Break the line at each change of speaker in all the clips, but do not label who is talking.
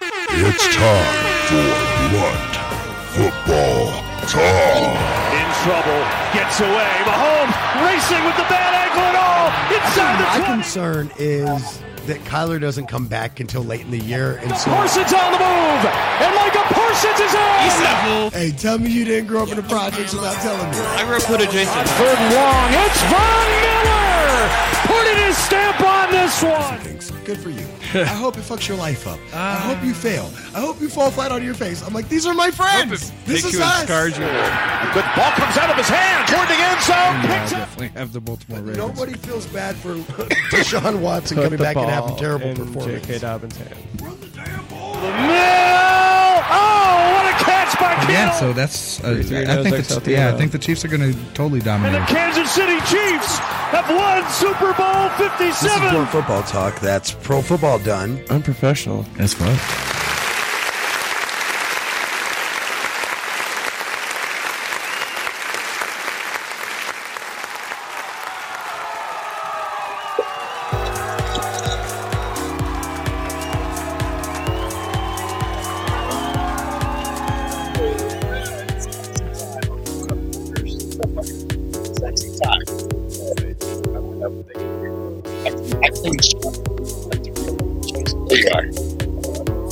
It's time for Blunt Football Talk.
in trouble, gets away. Mahomes racing with the bad ankle and all inside the
My
20.
concern is that Kyler doesn't come back until late in the year. And so,
Parsons on the move, and Micah Parsons is in.
hey, tell me you didn't grow up in the projects without telling me.
I wrote Buddha Jason.
Third and long, it's Von Miller putting his stamp on this one.
Thanks. Good for you. I hope it fucks your life up. I hope you fail. I hope you fall flat on your face. I'm like, these are my friends. This is us.
Good ball comes out of his hand toward the end zone. Picks up.
have the Baltimore Ravens.
Nobody feels bad for Deshaun Watson coming back and having terrible performance.
J.K. Dobbins' hand.
Mill. Oh, what a catch by Kittle.
Yeah, so that's. Uh,
three,
I
no
think
six,
the,
nothing,
yeah, I
no.
think the Chiefs are going to totally
and the
dominate.
Kansas City Chiefs have won Super Bowl 57.
Football Talk. That's Pro Football Done.
Unprofessional.
That's fun.
I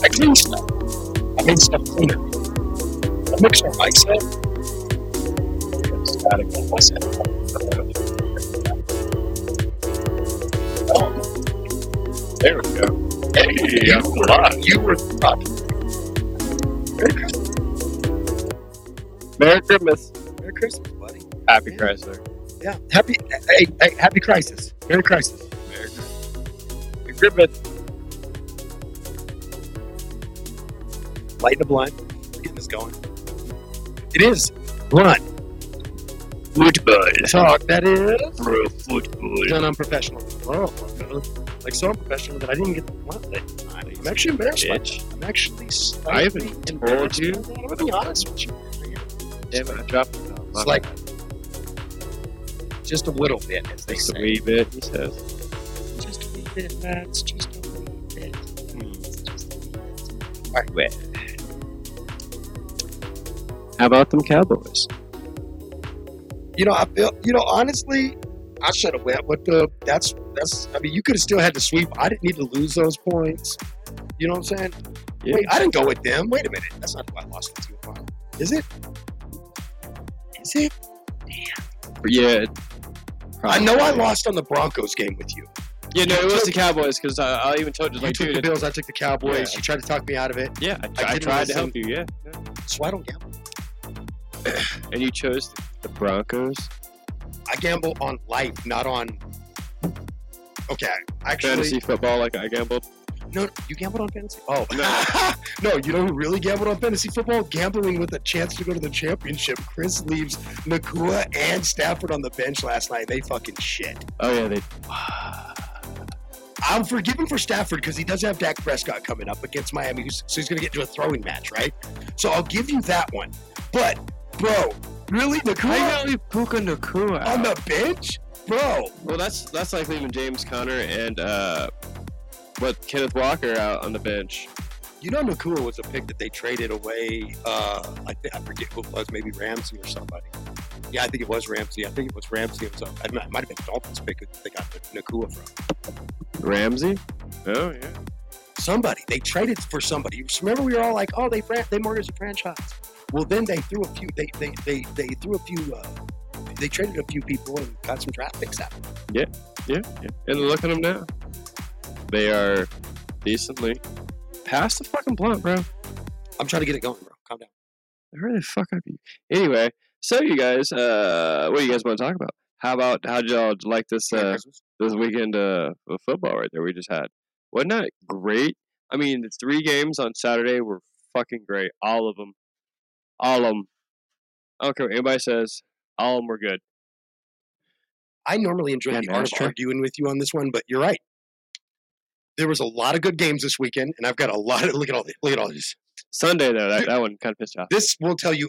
clean stuff. I made stuff cleaner. I make sure myself. Just gotta go myself. Oh, there we go. Hey, I'm alive. You were alive.
Merry Christmas.
Merry Christmas, buddy.
Happy Chrysler.
Yeah. Happy, hey, hey, happy crisis. Merry crisis.
Merry Christmas.
Lighten the blunt. We're getting this going. It is blunt. Football talk. That is
Real football.
done unprofessional. Oh, like so unprofessional that I didn't get the blunt. that time. I'm actually embarrassed. by
Bitch.
that. I'm actually. slightly
I haven't told
embarrassed
you.
by that. I'm gonna be honest with you.
Damn it, I dropped it. Oh,
It's like just a little bit, as they
It's a
say.
wee bit, he says.
Just a wee bit, lads. Just a wee bit. It's just a wee bit.
Well. How about them Cowboys?
you know, I feel, you know, honestly, I should have went with the. That's that's. I mean, you could have still had the sweep. I didn't need to lose those points. You know what I'm saying?
Yeah.
Wait, I didn't go with them. Wait a minute, that's not who I lost to. Wow. Is it? Is it?
Yeah.
I know I lost on the Broncos game with you.
Yeah, no, it was the Cowboys because I, I even told you,
You
like,
took
dude,
the
it's-
Bills. I took the Cowboys.
Yeah.
You tried to talk me out of it,
yeah, I, I
didn't
tried to
listen.
help you, yeah. yeah.
so I don't gamble.
And you chose the Broncos.
I gamble on life, not on. Okay, actually,
Fantasy football, like I gambled.
No, you gambled on fantasy. Oh
No.
no, you know who really gambled on fantasy football? Gambling with a chance to go to the championship. Chris leaves Nakua and Stafford on the bench last night. They fucking shit.
Oh, yeah, they
I'm forgiving for Stafford because he does have Dak Prescott coming up against Miami, who's- so he's gonna get into a throwing match, right? So I'll give you that one. But bro, really Nakua
leave Puka Nakua
on the bench, bro?
Well, that's that's like leaving James Conner and uh, what Kenneth Walker out on the bench.
You know Nakua was a pick that they traded away. Uh, I, thi- I forget who it was, maybe Ramsey or somebody. Yeah, I think it was Ramsey. I think it was Ramsey. It, was, uh, it might- might have been Dolphins pick that they got Nakua from.
Ramsey. Oh yeah.
Somebody they traded for somebody. You Remember, we were all like, "Oh, they fran- they mortgaged the franchise." Well, then they threw a few. They they they, they threw a few. Uh, they traded a few people and got some draft picks out. of it.
yeah, yeah. And look at them now. They are decently past the fucking blunt, bro.
I'm trying to get it going, bro. Calm down.
I heard the fuck up. Anyway, so you guys, uh, what do you guys want to talk about? How about how would y'all like this
Merry
uh,
Christmas.
this weekend uh, of football right there we just had? Wasn't that great? I mean, the three games on Saturday were fucking great. All of them, all of them. I don't care what anybody says. All of them were good.
I normally enjoy
Yeah,
the
no,
art
that's
of
true.
arguing with you on this one, but you're right. There was a lot of good games this weekend, and I've got a lot of look at all the- look at all these.
Sunday though, that, that one kind of pissed off.
This will tell you.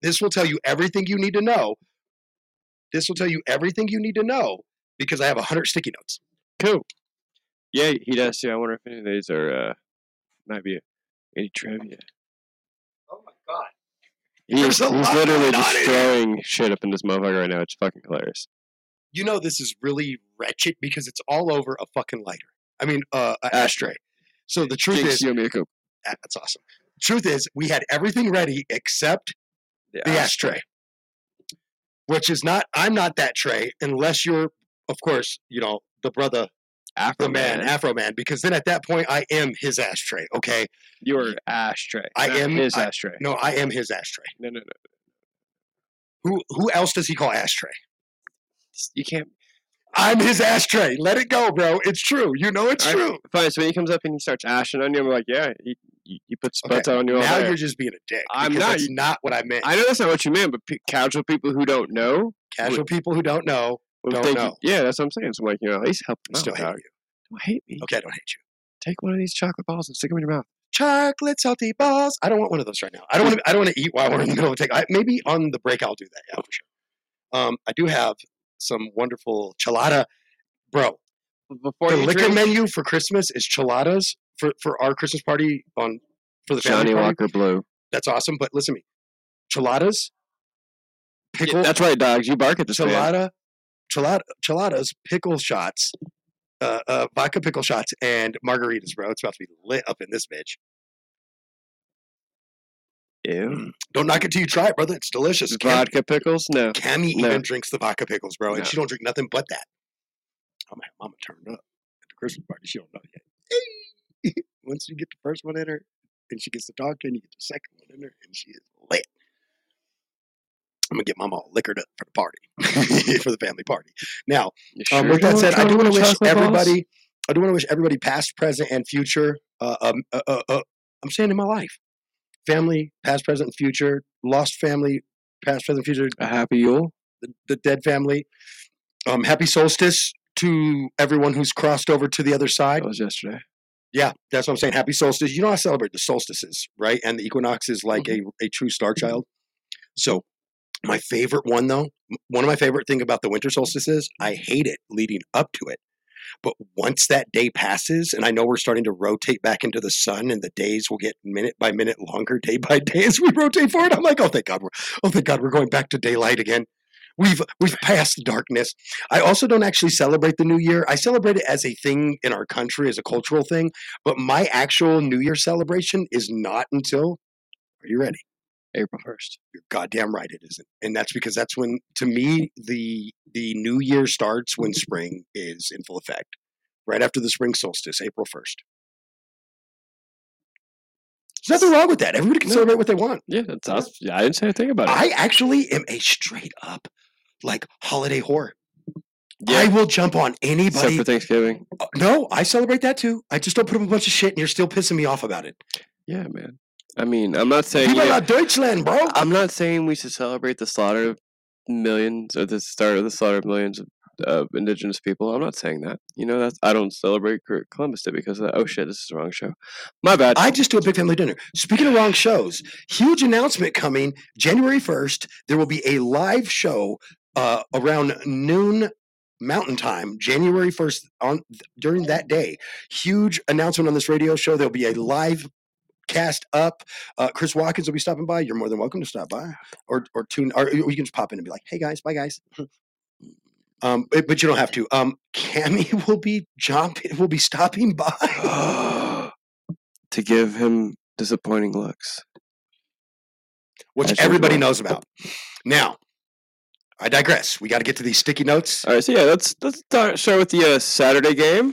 This will tell you everything you need to know. This will tell you everything you need to know because I have a hundred sticky notes.
Cool. Yeah, he does too. I wonder if any of these are uh, might be any trivia.
Oh my god.
He's,
There's a
he's
lot
literally
going on in here.
destroying shit up in this motherfucker right now. It's fucking hilarious.
You know this is really wretched because it's all over a fucking lighter. I mean, uh, a ashtray. So the truth
Jinx,
is,
you owe me a Coke.
Ah, that's awesome. Truth is, we had everything ready except
The
the
ash-
ashtray, which is not. I'm not that tray unless you're, of course, you know, the brother,
Afro
the man, Afro man. Because then at that point, I am his ashtray. Okay,
you are ashtray.
I
not
am-
his
I-
ashtray.
no, I am his ashtray.
No, no, no.
Who who else does he call ashtray?
You can't.
I'm his ashtray. Let it go, bro. It's true. You know it's
I-
true.
Fine. So when he comes up and he starts ashing on you, I'm like, yeah, he he, he puts
Okay,
spots out on you all
now
day.
you're just being a dick.
I'm
because
not.
That's not what I meant.
I know that's not what you meant, but pe- casual people who don't know
Casual people who don't know
will
Don't
think.
know.
Yeah, that's what I'm saying. So I'm like, you know, at least help them out.
still hate
dog.
you.
Don't hate me.
Okay, I don't hate you.
Take one of these chocolate balls and stick them in your mouth.
chocolate salty balls. I don't want one of those right now. I don't want to. I don't want to eat while we're in the middle of take. I, maybe on the break I'll do that. Yeah, for sure. Um, I do have some wonderful chalada, bro.
Before
The
you
liquor
drink,
menu for Christmas is chiladas for for our Christmas party on for the family
Johnny
party.
Walker Blue.
That's awesome. But listen to me, chiladas,
Yeah,
pickle
that's right, dogs. You bark at this man.
chalada, chalada, chiladas, pickle shots, uh, uh, vodka pickle shots, and margaritas, bro. It's about to be lit up in this bitch.
Ew.
Don't knock it till you try it, brother. It's delicious. Can't-
Vodka pickles? No.
Cammy
No.
even drinks the vodka pickles, bro, and
No.
she don't drink nothing but that. Oh my mama turned up at the Christmas party. She don't know yet. Once you get the first one in her, and she gets the dog, and you get the second one in her, and she is lit. I'm gonna get mama all liquored up for the party, for the family party. Now,
You
um,
sure
with
you
that
want
said, I do
chocolate
want to wish
balls?
everybody, I do want to wish everybody, past, present, and future. Uh, um, uh, uh, uh, I'm saying in my life, family, past, present, and future, lost family, past, present, future,
a happy Yule.
the, the dead family. Um, happy solstice to everyone who's crossed over to the other side.
That was yesterday.
Yeah, that's what I'm saying. Happy solstice. You know, I celebrate the solstices, right? And the equinox is like a, a true star child. So, my favorite one, though, m- one of my favorite thing about the winter solstice is I hate it leading up to it. But once that day passes, and I know we're starting to rotate back into the sun, and the days will get minute by minute longer, day by day as we rotate forward. I'm like, oh thank God, we're, oh thank God, we're going back to daylight again. We've we've passed darkness. I also don't actually celebrate the New Year. I celebrate it as a thing in our country, as a cultural thing. But my actual New Year celebration is not until. Are you ready?
April 1st.
You're goddamn right, it isn't, and that's because that's when, to me, the the New Year starts when spring is in full effect, right after the spring solstice, April first. There's nothing wrong with that. Everybody can
No.
celebrate what they want.
Yeah, that's, that's yeah, I didn't say a thing about it.
I actually am a straight up like holiday whore.
yeah,
I will jump on
except
anybody.
for Thanksgiving.
Uh, no, I celebrate that too. I just don't put up a bunch of shit, and you're still pissing me off about it.
Yeah, man. I mean, I'm not saying
People
yeah,
are Deutschland, bro.
I'm not saying we should celebrate the slaughter of millions or the start of the slaughter of millions of, of indigenous people. I'm not saying that. You know, that's I don't celebrate Cor- Columbus Day because of that. Oh shit, this is the wrong show. My bad.
I just do a big family dinner. Speaking of wrong shows, huge announcement coming January 1st. There will be a live show uh, around noon mountain time january 1st on during that day huge announcement on this radio show there'll be a live cast up uh, chris watkins will be stopping by you're more than welcome to stop by or or tune or you can just pop in and be like hey guys bye guys um but, but you don't have to um cammy will be jumping will be stopping by
to give him disappointing looks.
which
As
everybody
usual.
knows about. Now, I digress. We got to get to these sticky notes.
All right, so yeah, let's let's start, start with the uh, Saturday game,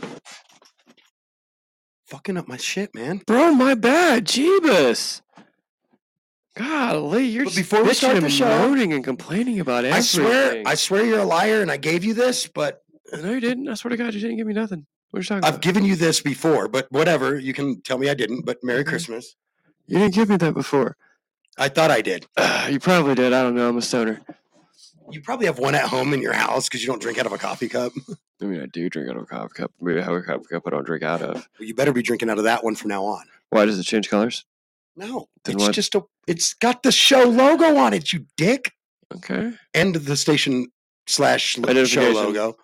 Fucking up my shit, man.
bro. My bad, Jeebus. Golly, you're
But
just
before we
bitching
start the
and
show-
moaning and complaining about everything.
I swear, I swear you're a liar, and I gave you this, but
no, you didn't. I swear to God, you didn't give me nothing. What are you talking
I've
about?
given you this before. But whatever, you can tell me I didn't. But Merry
Mhm.
Christmas.
you didn't give me that before.
I thought I did.
Uh, you probably did. I don't know. I'm a stoner.
You probably have one at home in your house because you don't drink out of a coffee cup.
I mean, I do drink out of a coffee cup. Maybe I have a coffee cup I don't drink out of.
Well, you better be drinking out of that one from now on.
Why does it change colors?
No,
Then
it's
what?
just a. It's got the show logo on it, you dick,
Okay.
and the station slash lo- show
Identification.
logo,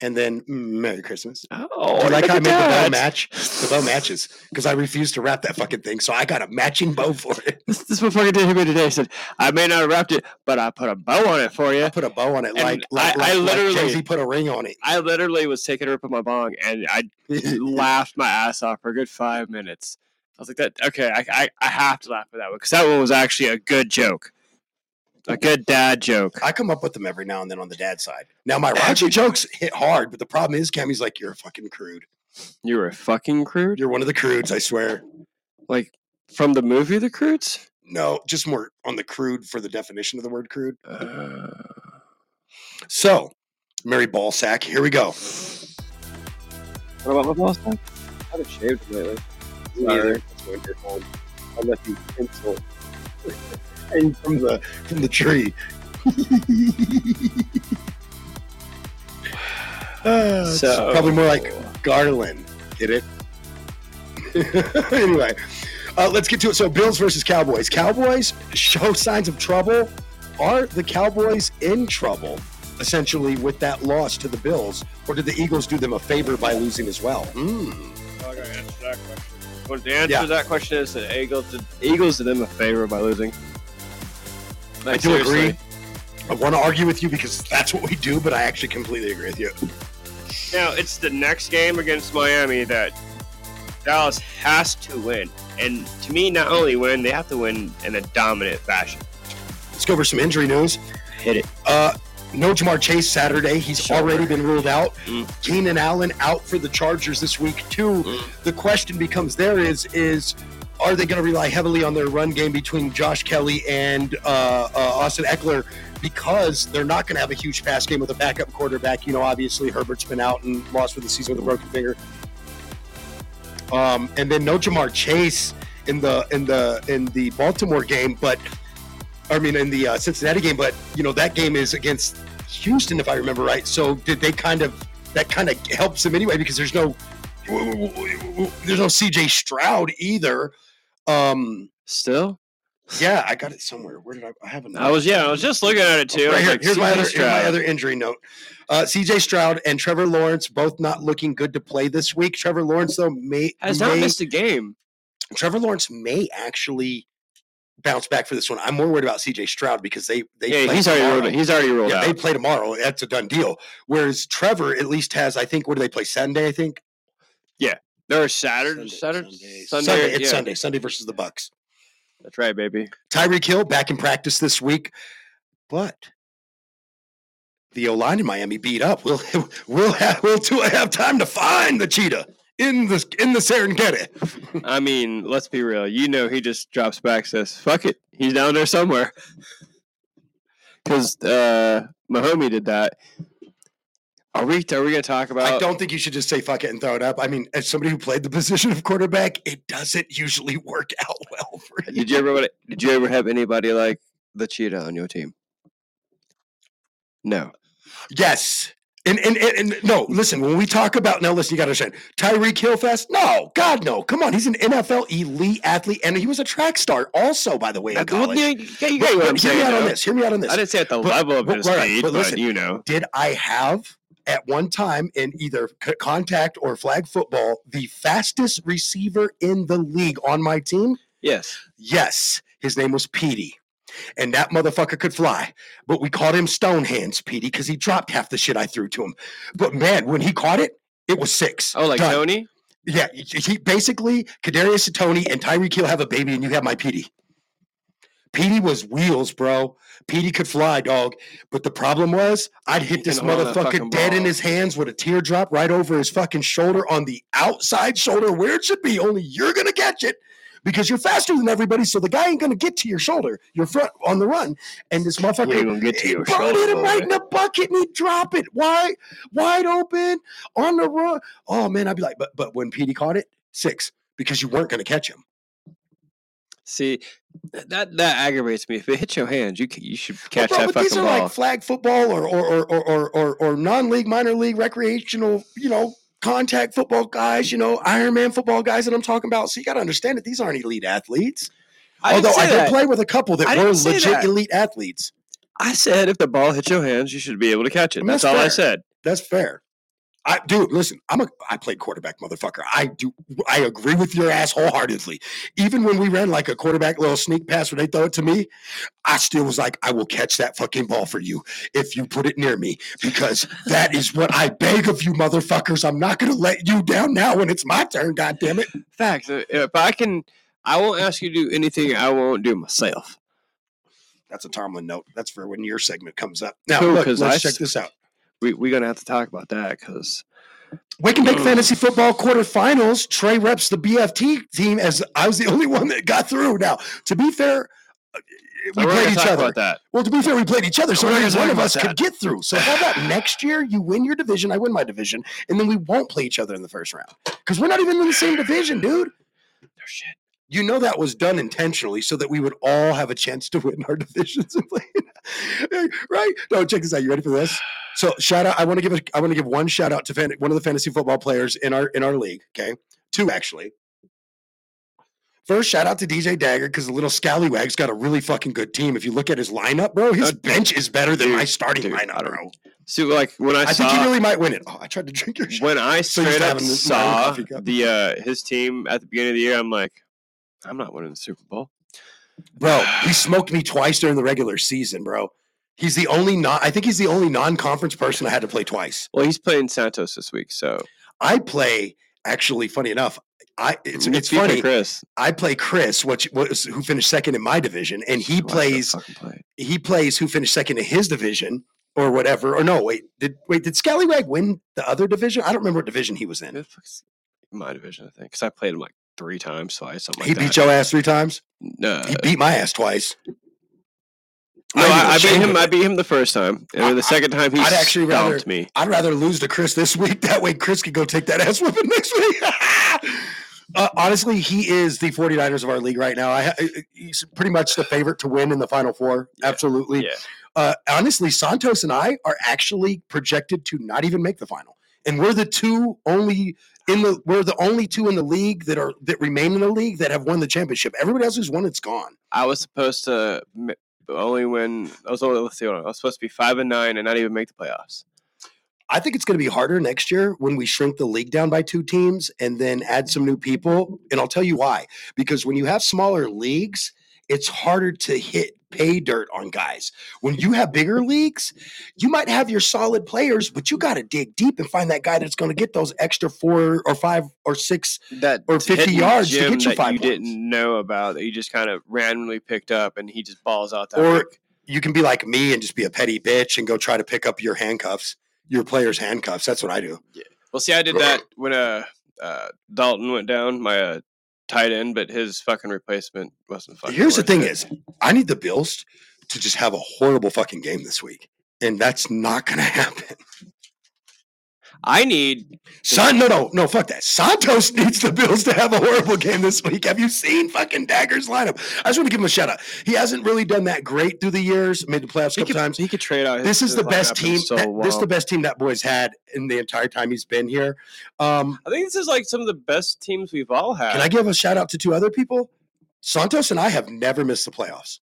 and then mm, Merry Christmas.
Oh,
Do you like
look
how I
at
made the bow
that.
match? The bow matches because I refused to wrap that fucking thing, so I got a matching bow for it.
This, this motherfucker did hit me today. He said, I may not have wrapped it, but I put a bow on it for you.
I put a bow on it,
And
like,
I-
like, like
I
like
literally-
Jay-Z put a ring on it.
I literally was taking a rip of my bong and I laughed my ass off for a good five minutes. I was like, that okay, I, I, I have to laugh at that one because that one was actually a good joke. A good dad joke.
I come up with them every now and then on the dad side. Now my Roger jokes hit hard, but the problem is Cammy's like, "You're a fucking crude.
You were fucking crude?
You're one of the crudes, I swear."
Like from the movie The Crudes?
No, just more on the crude for the definition of the word crude.
Uh,
So, Mary Ballsack, here we go.
what about my boss? I haven't shaved lately. Sorry.
Unless you pencil and from the from the tree. Uh, it's
So-
probably more like Garland. Get it? anyway, uh, let's get to it. So, Bills versus Cowboys. Cowboys show signs of trouble. Are the Cowboys in trouble, essentially, with that loss to the Bills, or did the Eagles do them a favor by losing as well? Hmm.
Well, the answer
Yeah.
to that question is that Eagles did, Eagles did them a favor by losing.
I do agree. I want to argue with you because that's what we do, but I actually completely agree with you.
Now it's the next game against Miami that Dallas has to win, and to me, not only win, they have to win in a dominant fashion.
Let's go over some injury news.
Hit it.
Uh, no Jamar Chase Saturday. He's
Sure.
already been ruled out.
Mm.
Keenan Allen out for the Chargers this week too.
Mm.
The question becomes: there is is are they going to rely heavily on their run game between Josh Kelly and uh, uh, Austin Eckler because they're not going to have a huge pass game with a backup quarterback? You know, obviously Herbert's been out and lost for the season with a broken finger. Um, and then no Jamar Chase in the in the in the Baltimore game, but I mean, in the uh, Cincinnati game, but you know that game is against Houston, if I remember right. So did they kind of that kind of helps them anyway because there's no there's no CJ Stroud either. Um,
Still,
yeah, I got it somewhere. Where did I? I have a
I was yeah, I was just looking at it too.
Right
I was
here.
like,
here's, my
"See
other,
this
here's my
drive."
other injury note. Uh, CJ Stroud and Trevor Lawrence both not looking good to play this week. Trevor Lawrence though may,
has not
may-
missed a game.
Trevor Lawrence may actually bounce back for this one. I'm more worried about CJ Stroud because they they
Yeah,
play
he's already
tomorrow.
rolled. He's already rolled
yeah, they
out.
play tomorrow. That's a done deal. Whereas Trevor at least has, I think, what do they play Sunday? I think
They're Saturday, Saturday, Sunday.
Sunday. it's
yeah.
Sunday. Sunday versus the Bucks.
That's right, baby.
Tyreek Hill back in practice this week, but the O line in Miami beat up. We'll we'll have we'll do, have time to find the cheetah in the in the Serengeti.
I mean, let's be real. You know, he just drops back, says, "Fuck it," he's down there somewhere. Because uh, my homie did that. Are we? Are we gonna talk about?
I don't think you should just say fuck it and throw it up. I mean, as somebody who played the position of quarterback, it doesn't usually work out well for you.
Did you ever? Did you ever have anybody like the cheetah on your team? No.
Yes. And, and, and, and no, listen, when we talk about, now listen, you got to understand, Tyreek Hill fast? No, God, no. Come on. He's an NFL elite athlete, and he was a track star also, by the way. In
That's- well,
college.
yeah, you- yeah, you
But-
get what
but
I'm
hear
saying,
me out on
though.
this. Hear me out on
I
this.
didn't say at the
But-
level of
but-
his
right,
speed,
but
but,
listen,
you know,
Did I have at one time in either c- contact or flag football the fastest receiver in the league on my team?
yes.
Yes, his name was Petey. And that motherfucker could fly. But we called him Stonehands Petey because he dropped half the shit I threw to him. But man, when he caught it, it was six.
Oh, like
Done.
Tony?
Yeah, he- he basically Kadarius Tony and Tyreek Hill have a baby, and you have my Petey. Petey was wheels, bro. Petey could fly, dog. But the problem was, I'd hit
He
this
can hold that
motherfucker
fucking
dead in
ball.
his hands with a teardrop right over his fucking shoulder on the outside shoulder where it should be. Only you're gonna catch it because you're faster than everybody. So the guy ain't gonna get to your shoulder, your front on the run, and this motherfucker
gonna get
he bro, hit him right in the bucket and he'd drop it wide, wide open on the run. Oh man, I'd be like, but but when Petey caught it, six because you weren't going to catch him.
See, that that aggravates me. If it hits your hands, you c- you should catch
but bro,
that
but these
fucking
are
ball.
like flag football or or or or or, or, or non league, minor league, recreational, you know. Contact football guys, you know, Ironman football guys that I'm talking about. So you got to understand that these aren't elite athletes.
I
Although
didn't say
I did
that.
play with a couple that
I
were
didn't say
legit
that.
elite athletes.
I said if the ball hits your hands, you should be able to catch it.
I mean,
That's
that's
all I
fair.
said.
That's fair. I, dude, listen. I'm a. I play quarterback, motherfucker. I do. I agree with your ass wholeheartedly. Even when we ran like a quarterback little sneak pass where they throw it to me, I still was like, I will catch that fucking ball for you if you put it near me because that is what I beg of you, motherfuckers. I'm not gonna let you down now when it's my turn. God damn it.
Facts. Uh, If I can, I won't ask you to do anything I won't do myself.
That's a Tomlin note. That's for when your segment comes up. Now,
Cool,
look,
'cause
let's
I
check
s-
this out.
We we're gonna have to talk about that because
Wake and Bake Fantasy Football quarterfinals. Trey reps the BFT team as I was the only one that got through. Now, to be fair, uh, we
we're
played
gonna
each
talk
other.
about that.
Well, to be fair, we played each other, so
We're not
only
gonna
one
talk
of
about
us could
that.
get through. So how about next year you win your division, I win my division, and then we won't play each other in the first round because we're not even in the same division, dude.
shit.
You know that was done intentionally so that we would all have a chance to win our divisions and play, right? No, check this out. You ready for this? So shout out. I want to give a, I want to give one shout out to fan, one of the fantasy football players in our in our league. Okay, two actually. First, shout out to DJ Dagger because the little scallywag's got a really fucking good team. If you look at his lineup, bro, his
Uh,
bench is better than
dude,
my starting
dude, I
lineup,
don't-
bro.
See, like when I,
I
saw
think he really might win it. Oh, I tried to drink your shit.
when I
So you're
straight up
having this- my own
saw
coffee cup.
the uh, his team at the beginning of the year, I'm like, I'm not winning the Super Bowl.
Bro, he smoked me twice during the regular season, bro. He's the only non I think he's the only non-conference person I had to play twice.
Well, he's playing Santos this week, so
I play actually funny enough. I it's,
Me
it's
too, but
funny.
Chris
I play Chris, which was who finished second in my division, and he
Watch that
plays
fucking play.
he plays who finished second in his division or whatever. Or no, wait, did wait did Scallywag win the other division? I don't remember what division he was in.
It fucks- my division, I think, because I played him like three times twice. Something like
he
that.
beat your ass three times.
Uh,
He beat my ass twice.
no,
I'm
I, I beat
ashamed
him.
of
I
it.
beat him the first time, and then the
I-
second time he
I'd actually rather-
stomped me.
I'd rather lose to Chris this week. That way, Chris could go take that ass whipping next week. Uh, honestly, he is the 49ers of our league right now. I, ha- uh, he's pretty much the favorite to win in the Final Four.
Yeah,
Absolutely.
yeah.
Uh, honestly, Santos and I are actually projected to not even make the final, and we're the two only in the we're the only two in the league that are that remain in the league that have won the championship. Everybody else who's won, it's gone.
I was supposed to m- only win. I was only let's see. Hold on. I was supposed to be five and nine and not even make the playoffs.
I think it's going to be harder next year when we shrink the league down by two teams and then add some new people. And I'll tell you why. Because when you have smaller leagues, it's harder to hit pay dirt on guys. When you have bigger leagues, you might have your solid players, but you got to dig deep and find that guy that's going to get those extra four or five or six.
That
Or 50
hidden
yards to
gem
get you
that
five
you
points.
didn't know about that you just kind of randomly picked up, and he just balls out that.
Or-
week.
You can be like me and just be a petty bitch and go try to pick up your handcuffs, your player's handcuffs. That's what I do.
well, see, I did that when uh, uh Dalton went down, my uh, tight end, but his fucking replacement wasn't fucking.
Here's the
worth
thing
it.
is, I need the Bills to just have a horrible fucking game this week. And that's not going to happen.
I need
Son, no, no, no, fuck that. Santos needs the Bills to have a horrible game this week. Have you seen fucking Dagger's lineup? I just want to give him a shout out. He hasn't really done that great through the years, made the playoffs a
he
couple
could,
times.
he could trade out. His,
This is
his
the best
lineup and
team.
So
that- this is the
womp.
best team that boy's had in the entire time he's been here. Um,
I think this is like some of the best teams we've all had.
can I give a shout out to two other people? Santos and I have never missed the playoffs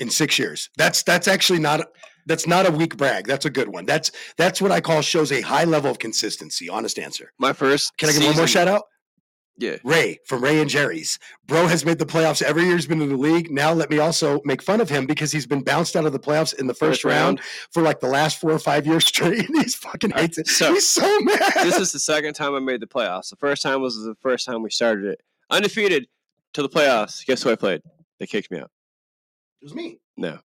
in six years. That's that's actually not that's not a weak brag. That's a good one. That's that's what I call shows a high level of consistency. Honest answer.
my first.
Can I give one more
season-
shout out?
Yeah.
Ray from Ray and Jerry's. Bro has made the playoffs every year he's been in the league. Now let me also make fun of him because he's been bounced out of the playoffs in the first, round, for like the last four or five years straight. And he's fucking hates it.
so-
he's so mad.
this is the second time I made the playoffs. The first time was the first time we started it. Undefeated to the playoffs. Guess who I played? They kicked me out.
it was me.
No,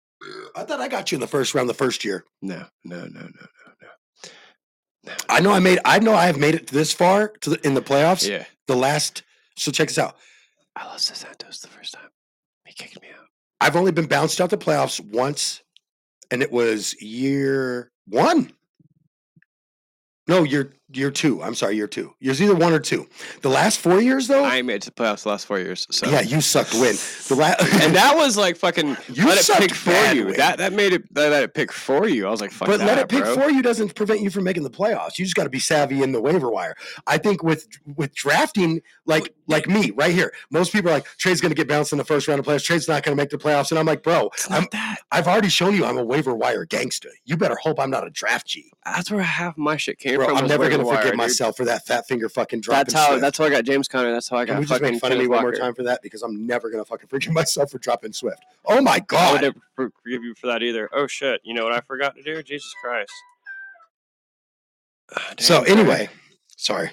I thought I got you in the first round the first year.
no, no, no, no, no, no.
I know I made. I know I have made it this far to the, in the playoffs.
Yeah.
The last. So check this out.
I lost to Santos the first time. He kicked me out.
I've only been bounced out the playoffs once, and it was year one. No, year Year two. I'm sorry, year two. Years either one or two. The last four years though,
I made it to the playoffs the last four years. So
Oh. yeah, you sucked win. The last
and that was like fucking
You
let it
sucked
pick for
bad
you.
with-
That that made it that let it pick for you. I was like, fuck
but
that,
let it pick
bro.
for you doesn't prevent you from making the playoffs. You just got to be savvy in the waiver wire. I think with with drafting, like like me right here, most people are like Trey's going to get bounced in the first round of playoffs. Trey's not going to make the playoffs, and I'm like, bro, I'm,
that.
I've already shown you I'm a waiver wire gangster. You better hope I'm not a draft G,
That's where half my shit came
bro.
from.
I'm
was
never
waiver
going to
wire,
forgive
dude.
myself for that fat finger fucking drop.
That's
and
how.
Swift.
That's how I got James Conner. That's how I got.
Can we just
fucking
make fun of me
Kenneth
one more
Walker.
time for that? Because I'm never going to fucking forgive myself for dropping Swift. Oh my
I would
god!
never for- forgive you for that either. Oh shit! You know what I forgot to do? Jesus Christ. Ah, damn,
So
bro.
anyway, sorry.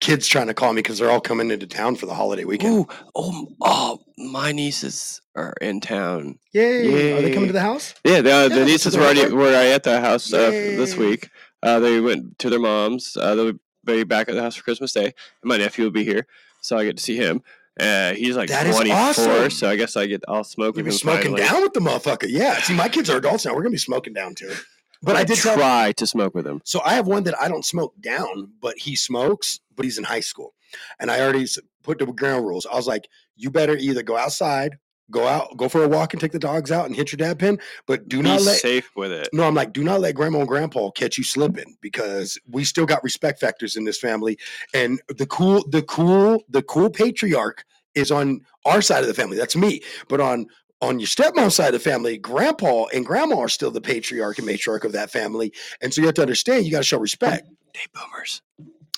Kids trying to call me because they're all coming into town for the holiday weekend.
Ooh, oh, m- oh, my nieces are in town.
Yay. Are they
Yay.
coming to the house?
Yeah, the,
Yeah,
the nieces
so
were already
they're-
were already at the house uh, this
Yay.
week. Uh, they went to their mom's. Uh, they'll be back at the house for Christmas Day. And my nephew will be here, so I get to see him. Uh, he's like
That is
24,
awesome.
so I guess I get I'll smoke
We're gonna
with him.
be smoking
finally.
down with the motherfucker. Yeah. See, my kids are adults now. We're gonna be smoking down too. But I did tell
try to smoke with him.
So I have one that I don't smoke down, but he smokes, but he's in high school. And I already s- put the ground rules. I was like, you better either go outside, go out, go for a walk and take the dogs out and hit your dad pin, but do
Be
not let
safe with it.
no, I'm like, do not let grandma and grandpa catch you slipping because we still got respect factors in this family. And the cool, the cool, the cool patriarch is on our side of the family. That's me. But on on your stepmom's side of the family, grandpa and grandma are still the patriarch and matriarch of that family. And so you have to understand you gotta show respect.
Day boomers.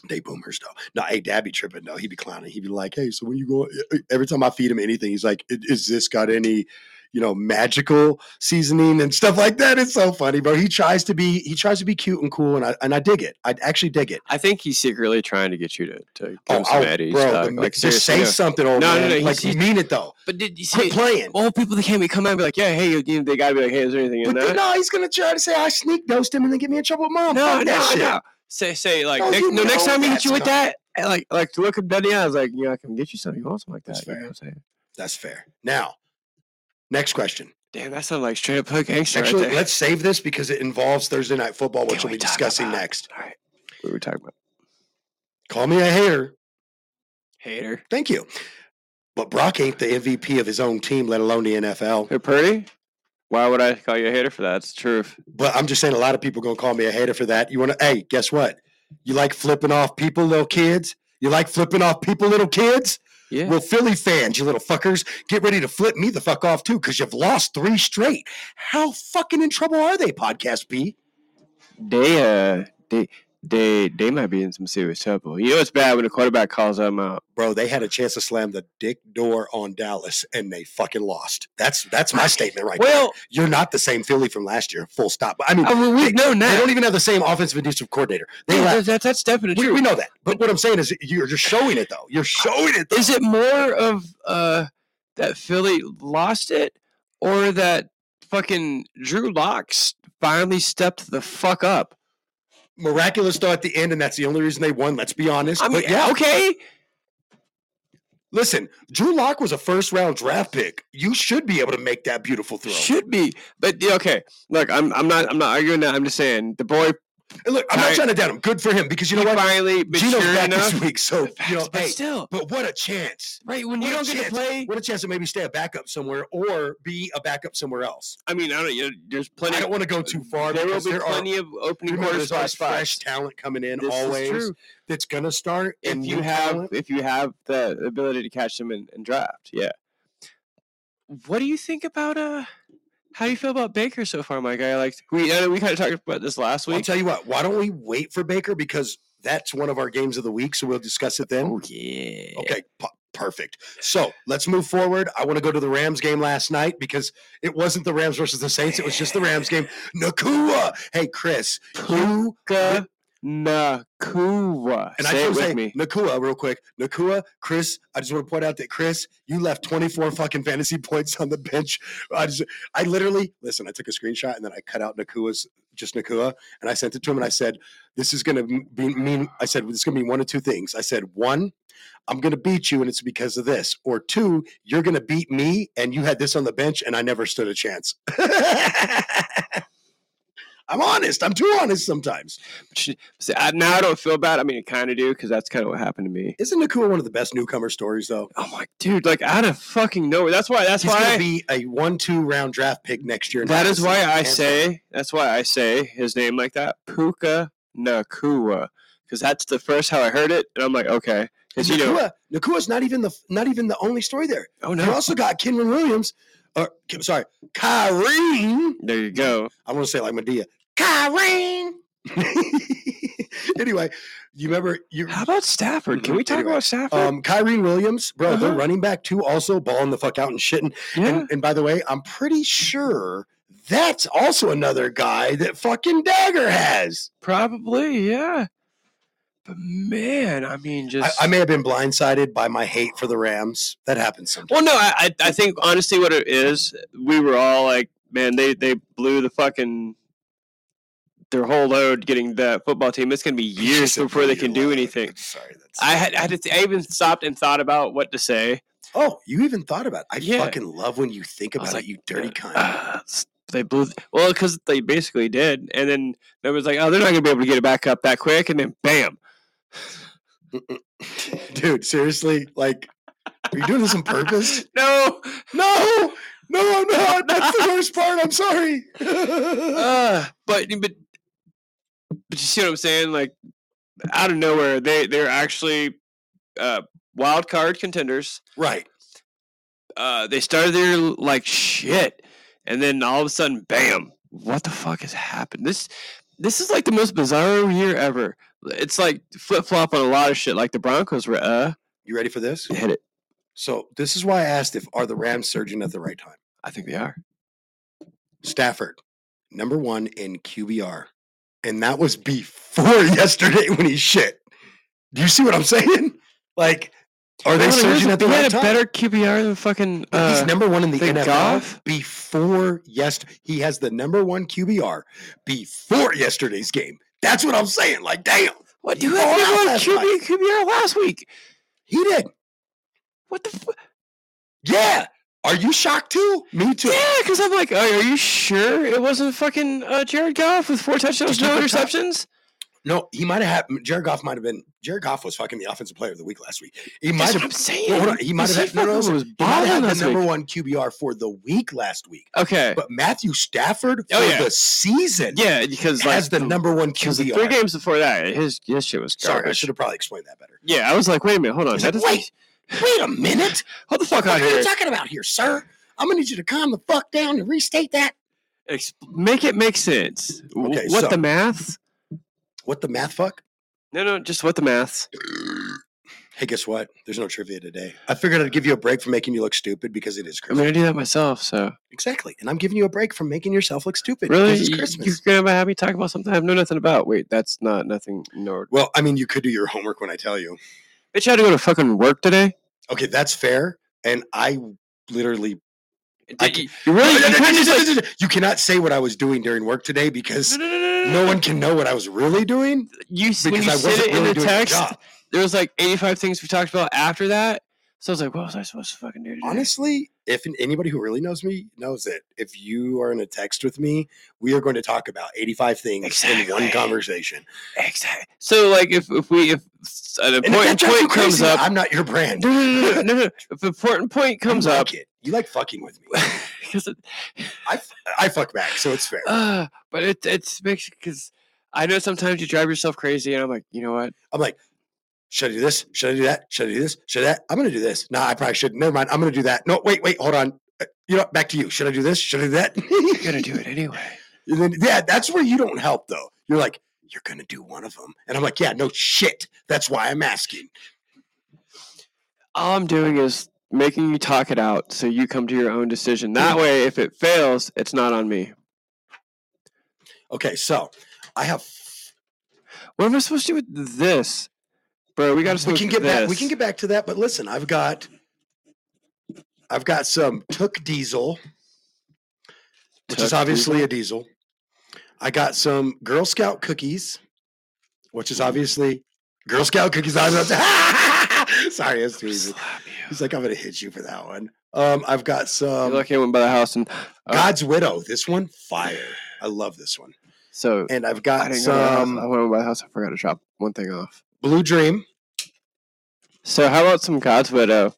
They boomers though. No, hey, dad be tripping though. He'd be clowning. He'd be like, hey, so when you go every time I feed him anything, he's like, "I- is this got any, you know, magical seasoning and stuff like that? It's so funny, bro. He tries to be he tries to be cute and cool and I and I dig it. I actually dig it.
I think he's secretly trying to get you to, to give
Oh,
him some
I'll-
eddies.
bro,
dog.
the-
like
just
seriously.
say
no.
something, old
No, no,
man.
no, he's-
like
he's-
you mean it though.
But did you
Quit
see?
playing.
Old people that can't come out and be like, yeah, hey, you- you- they gotta be like, hey, is there anything in
but then,
that?
no, he's gonna try to say I sneak dosed him and then get me in trouble with mom.
No,
Fuck that
no,
shit.
no. Say, say, like,
No,
next,
you
no, next
know
time he hits
that's
you with
not-
that, and, like, like to look him dead in the eye, I was like, you know, I can get you something. You want something like that?
That's
You know
fair.
what I'm saying?
That's fair. Now, next question.
Damn, that sounded like straight up hood gangster right
Actually,
there.
let's save this because it involves Thursday night football, which
Can
we'll
we
be
talk
discussing
about-
next.
All right, we were talking about
Call me a hater.
hater.
Thank you. But Brock ain't the MVP of his own team, let alone the NFL.
Hey, Purdy. Why would I call you a hater for that? It's the truth.
But I'm just saying, a lot of people gonna call me a hater for that. You wanna? Hey, guess what? You like flipping off people, little kids. You like flipping off people, little kids.
Yeah.
Well, Philly fans, you little fuckers, get ready to flip me the fuck off too, because you've lost three straight. How fucking in trouble are they, Podcast B?
they uh they they they might be in some serious trouble. You know it's bad when a quarterback calls them out.
Bro, they had a chance to slam the dick door on Dallas, and they fucking lost. That's that's my statement right there.
Well,
You're not the same Philly from last year. Full stop. I mean,
I mean, we know
They
now.
don't even have the same offensive and defensive coordinator. They
Yeah,
don't have-
that, that, that's definitely
we,
true.
we know that. But what I'm saying is you're, you're showing it, though. You're showing it. Though.
Is it more of uh that Philly lost it, or that fucking Drew Locks finally stepped the fuck up?
Miraculous, though, at the end, and that's the only reason they won. Let's be honest.
I mean,
but yeah,
okay,
listen, Drew Lock was a first round draft pick. You should be able to make that beautiful throw.
should be, but yeah, okay. Look, I'm I'm not I'm not arguing that. I'm just saying the boy
And look, I'm not
Alright.
trying to down him. Good for him because you know
he
what?
finally
Gino's
matured
back
enough.
this week, so you know,
but
hey,
still,
but what a chance.
right when you
what a
don't get to
chance.
play,
What a chance to maybe stay a backup somewhere or be a backup somewhere else.
I mean, I don't. You know, there's plenty.
I
of
don't want to go too far.
there will
because
be
there are-
plenty of opening
remember,
quarter
there's always
spots.
fresh talent coming in
This is
always.
true.
that's gonna start.
If
and
you
new
have
talent.
if you have the ability to catch them and, and draft, yeah. What do you think about uh? How do you feel about Baker so far, my guy? Like we I know we kind of talked about this last
I'll
week.
tell you what. Why don't we wait for Baker because that's one of our games of the week, so we'll discuss it then.
Oh yeah.
Okay, p- perfect. So let's move forward. I want to go to the Rams game last night because it wasn't the Rams versus the Saints. It was just the Rams game. Nakua. Hey, Chris. You
Puka Nakua.
and I
Say it
should
with
say
me.
Nakua real quick. Nakua, Chris. I just want to point out that Chris, you left 24 fucking fantasy points on the bench. I just, I literally listen. I took a screenshot and then I cut out Nakua's just Nakua and I sent it to him and I said, "This is gonna m- be mean." I said, "This is gonna be one of two things." I said, "One, I'm gonna beat you and it's because of this," or two, "You're gonna beat me and you had this on the bench and I never stood a chance." I I'm honest. I'm too honest sometimes.
See, I, now I don't feel bad. I mean, I kind of do because that's kind of what happened to me.
Isn't Nakua one of the best newcomer stories though?
I'm like, Oh dude, like out of fucking nowhere. That's why. That's
He's
why.
gonna be a one-two round draft pick next year. in
that is
fantasy.
why I
Can't-
say. That's why I say his name like that, Puka Nakua, because that's the first how I heard it, and I'm like, okay, because you know,
Nakua, Nakua's not even the not even the only story there.
oh
You
no,
also got Kenwin Williams, or K- sorry, Kyrie.
there you go.
I want to say it like Medea, Kyrie. anyway, you remember you
How about Stafford? Can we talk
Anyway,
about Stafford?
um, Kyrie Williams, bro. They're
Uh-huh.
running back too, also balling the fuck out and shitting.
yeah.
And, and by the way, I'm pretty sure that's also another guy that fucking Dagger has.
Probably, yeah. But man, I mean,
I,
just
I may have been blindsided by my hate for the Rams. That happens sometimes.
well, no, I, I, I think honestly, what it is, we were all like, man, they they blew the fucking their whole load getting that football team. It's gonna be years before they can do anything.
Sorry, that's.
I had, I had to. Th- I even stopped and thought about what to say.
oh, you even thought about it. I
Yeah.
fucking love when you think
I was
about
like,
it, you dirty cunt.
Ah, s- they blew. th- well, because they basically did, and then it was like, oh, they're not gonna be able to get it back up that quick, and then bam.
Dude, seriously, like, are you doing this on purpose?
No,
no, no, I'm not. That's the worst part. I'm sorry.
uh, but but but you see what I'm saying? Like out of nowhere, they they're actually uh, wild card contenders.
right.
Uh, they started there like shit, and then all of a sudden, bam! What the fuck has happened? This this is like the most bizarre year ever. It's like flip flop on a lot of shit. Like the Broncos were uh
You ready for this?
hit it.
So, this is why I asked if are the Rams surging at the right time?
I think they are.
Stafford, number one in QBR. And that was before yesterday when he shit. Do you see what I'm saying? Like, are they
Well, it is-
surging at the
they
right
had a
time?
better QBR than fucking. Uh,
He's number one in the
than
NFL
Goff?
before yesterday. He has the number one QBR before yesterday's game. That's what I'm saying. Like, damn,
what do you
balled out
have
last night.
QB, QBR last week?
he did.
What the fuck?
Yeah. Are you shocked too? Me too.
Yeah, because I'm like, oh, are you sure it wasn't fucking uh, Jared Goff with four touchdowns,
Did you
no
look up?
interceptions?
No, he might have had Jared Goff might have been Jared Goff was fucking the offensive player of the week last week. He might
That's
have
what I'm saying.
Well, hold on, he might
Because
have had- no, no,
fucking
no,
was
He might have
balling
had
last
the number
week.
one QBR for the week last week.
Okay.
But Matthew Stafford for
Oh, yeah.
the season
yeah, because like
has the number one
because the three
QBR.
games before that, his his shit was
Sorry, I
garbage.
should have probably explained that better.
yeah, I was like, wait a minute, hold on,
He's
that
like,
doesn't-
wait, Wait a minute.
hold the fuck
What
on
are you
here,
talking about here, sir? I'm gonna need you to calm the fuck down and restate that.
Ex- make it make sense. W-
Okay,
what
so-
the math?
What the math fuck?
No, no, just what the math.
Hey, guess what? There's no trivia today. I figured I'd give you a break for making you look stupid because it is
I'm
Christmas.
gonna do that myself. So
Exactly. And I'm giving you a break for making yourself look stupid
really,
because it's
You-
Christmas.
you're gonna have me talk about something I have no nothing about. Wait, that's not nothing. No,
well, I mean, you could do your homework when I tell you.
bitch, I had to go to fucking work today.
Okay, that's fair. And I literally I
Did you really? you couldn't just, like,
you cannot say what I was doing during work today because no one can know what I was really doing
You s- when
because
you
I
said
wasn't
it
really
in the
doing my
text,
job.
there was like eighty-five things we talked about after that. So I was like, what was I supposed to fucking do? Today?
Honestly, if anybody who really knows me knows it, if you are in a text with me, we are going to talk about 85 things in one
Exactly.
conversation.
exactly. So like, if if we if s- an
And if that
important
drives you
point comes
crazy,
up,
I'm not your brand.
no, no, no, no, no, no. If an important point comes
you
up,
Like it. You like fucking with me.
'cause it-
I, f- I fuck back, so it's fair.
uh, but it it's makes because I know sometimes you drive yourself crazy, and I'm like, you know what?
I'm like, should I do this? Should I do that? Should I do this? Should I do that? I'm going to do this. No, I probably shouldn't. Never mind. I'm going to do that. No, wait, wait, hold on. Uh, You know, back to you. Should I do this? Should I do that?
You're gonna do it anyway.
And then, yeah, that's where you don't help though. You're like, you're going to do one of them. And I'm like, yeah, no shit. That's why I'm asking.
All I'm doing is making you talk it out, so you come to your own decision. That way, if it fails, it's not on me.
Okay, so I have,
What am I supposed to do with this, bro? We got to.
we can get back, we can get back to that. But listen, I've got, I've got some Took Diesel, which is
Took
obviously a diesel. I got some Girl Scout cookies, which
Hmm.
is obviously Girl Scout cookies. I was Sorry, that's too easy. He's like, I'm gonna hit you for that one. Um, I've got
You're
some
lucky I went by the house and. Oh.
God's Widow. This one, fire. I love this one.
So
and I've
I
got
didn't go to my house. I
some
went to my house. I forgot to chop one thing off.
Blue Dream.
So how about some God's Widow? Um,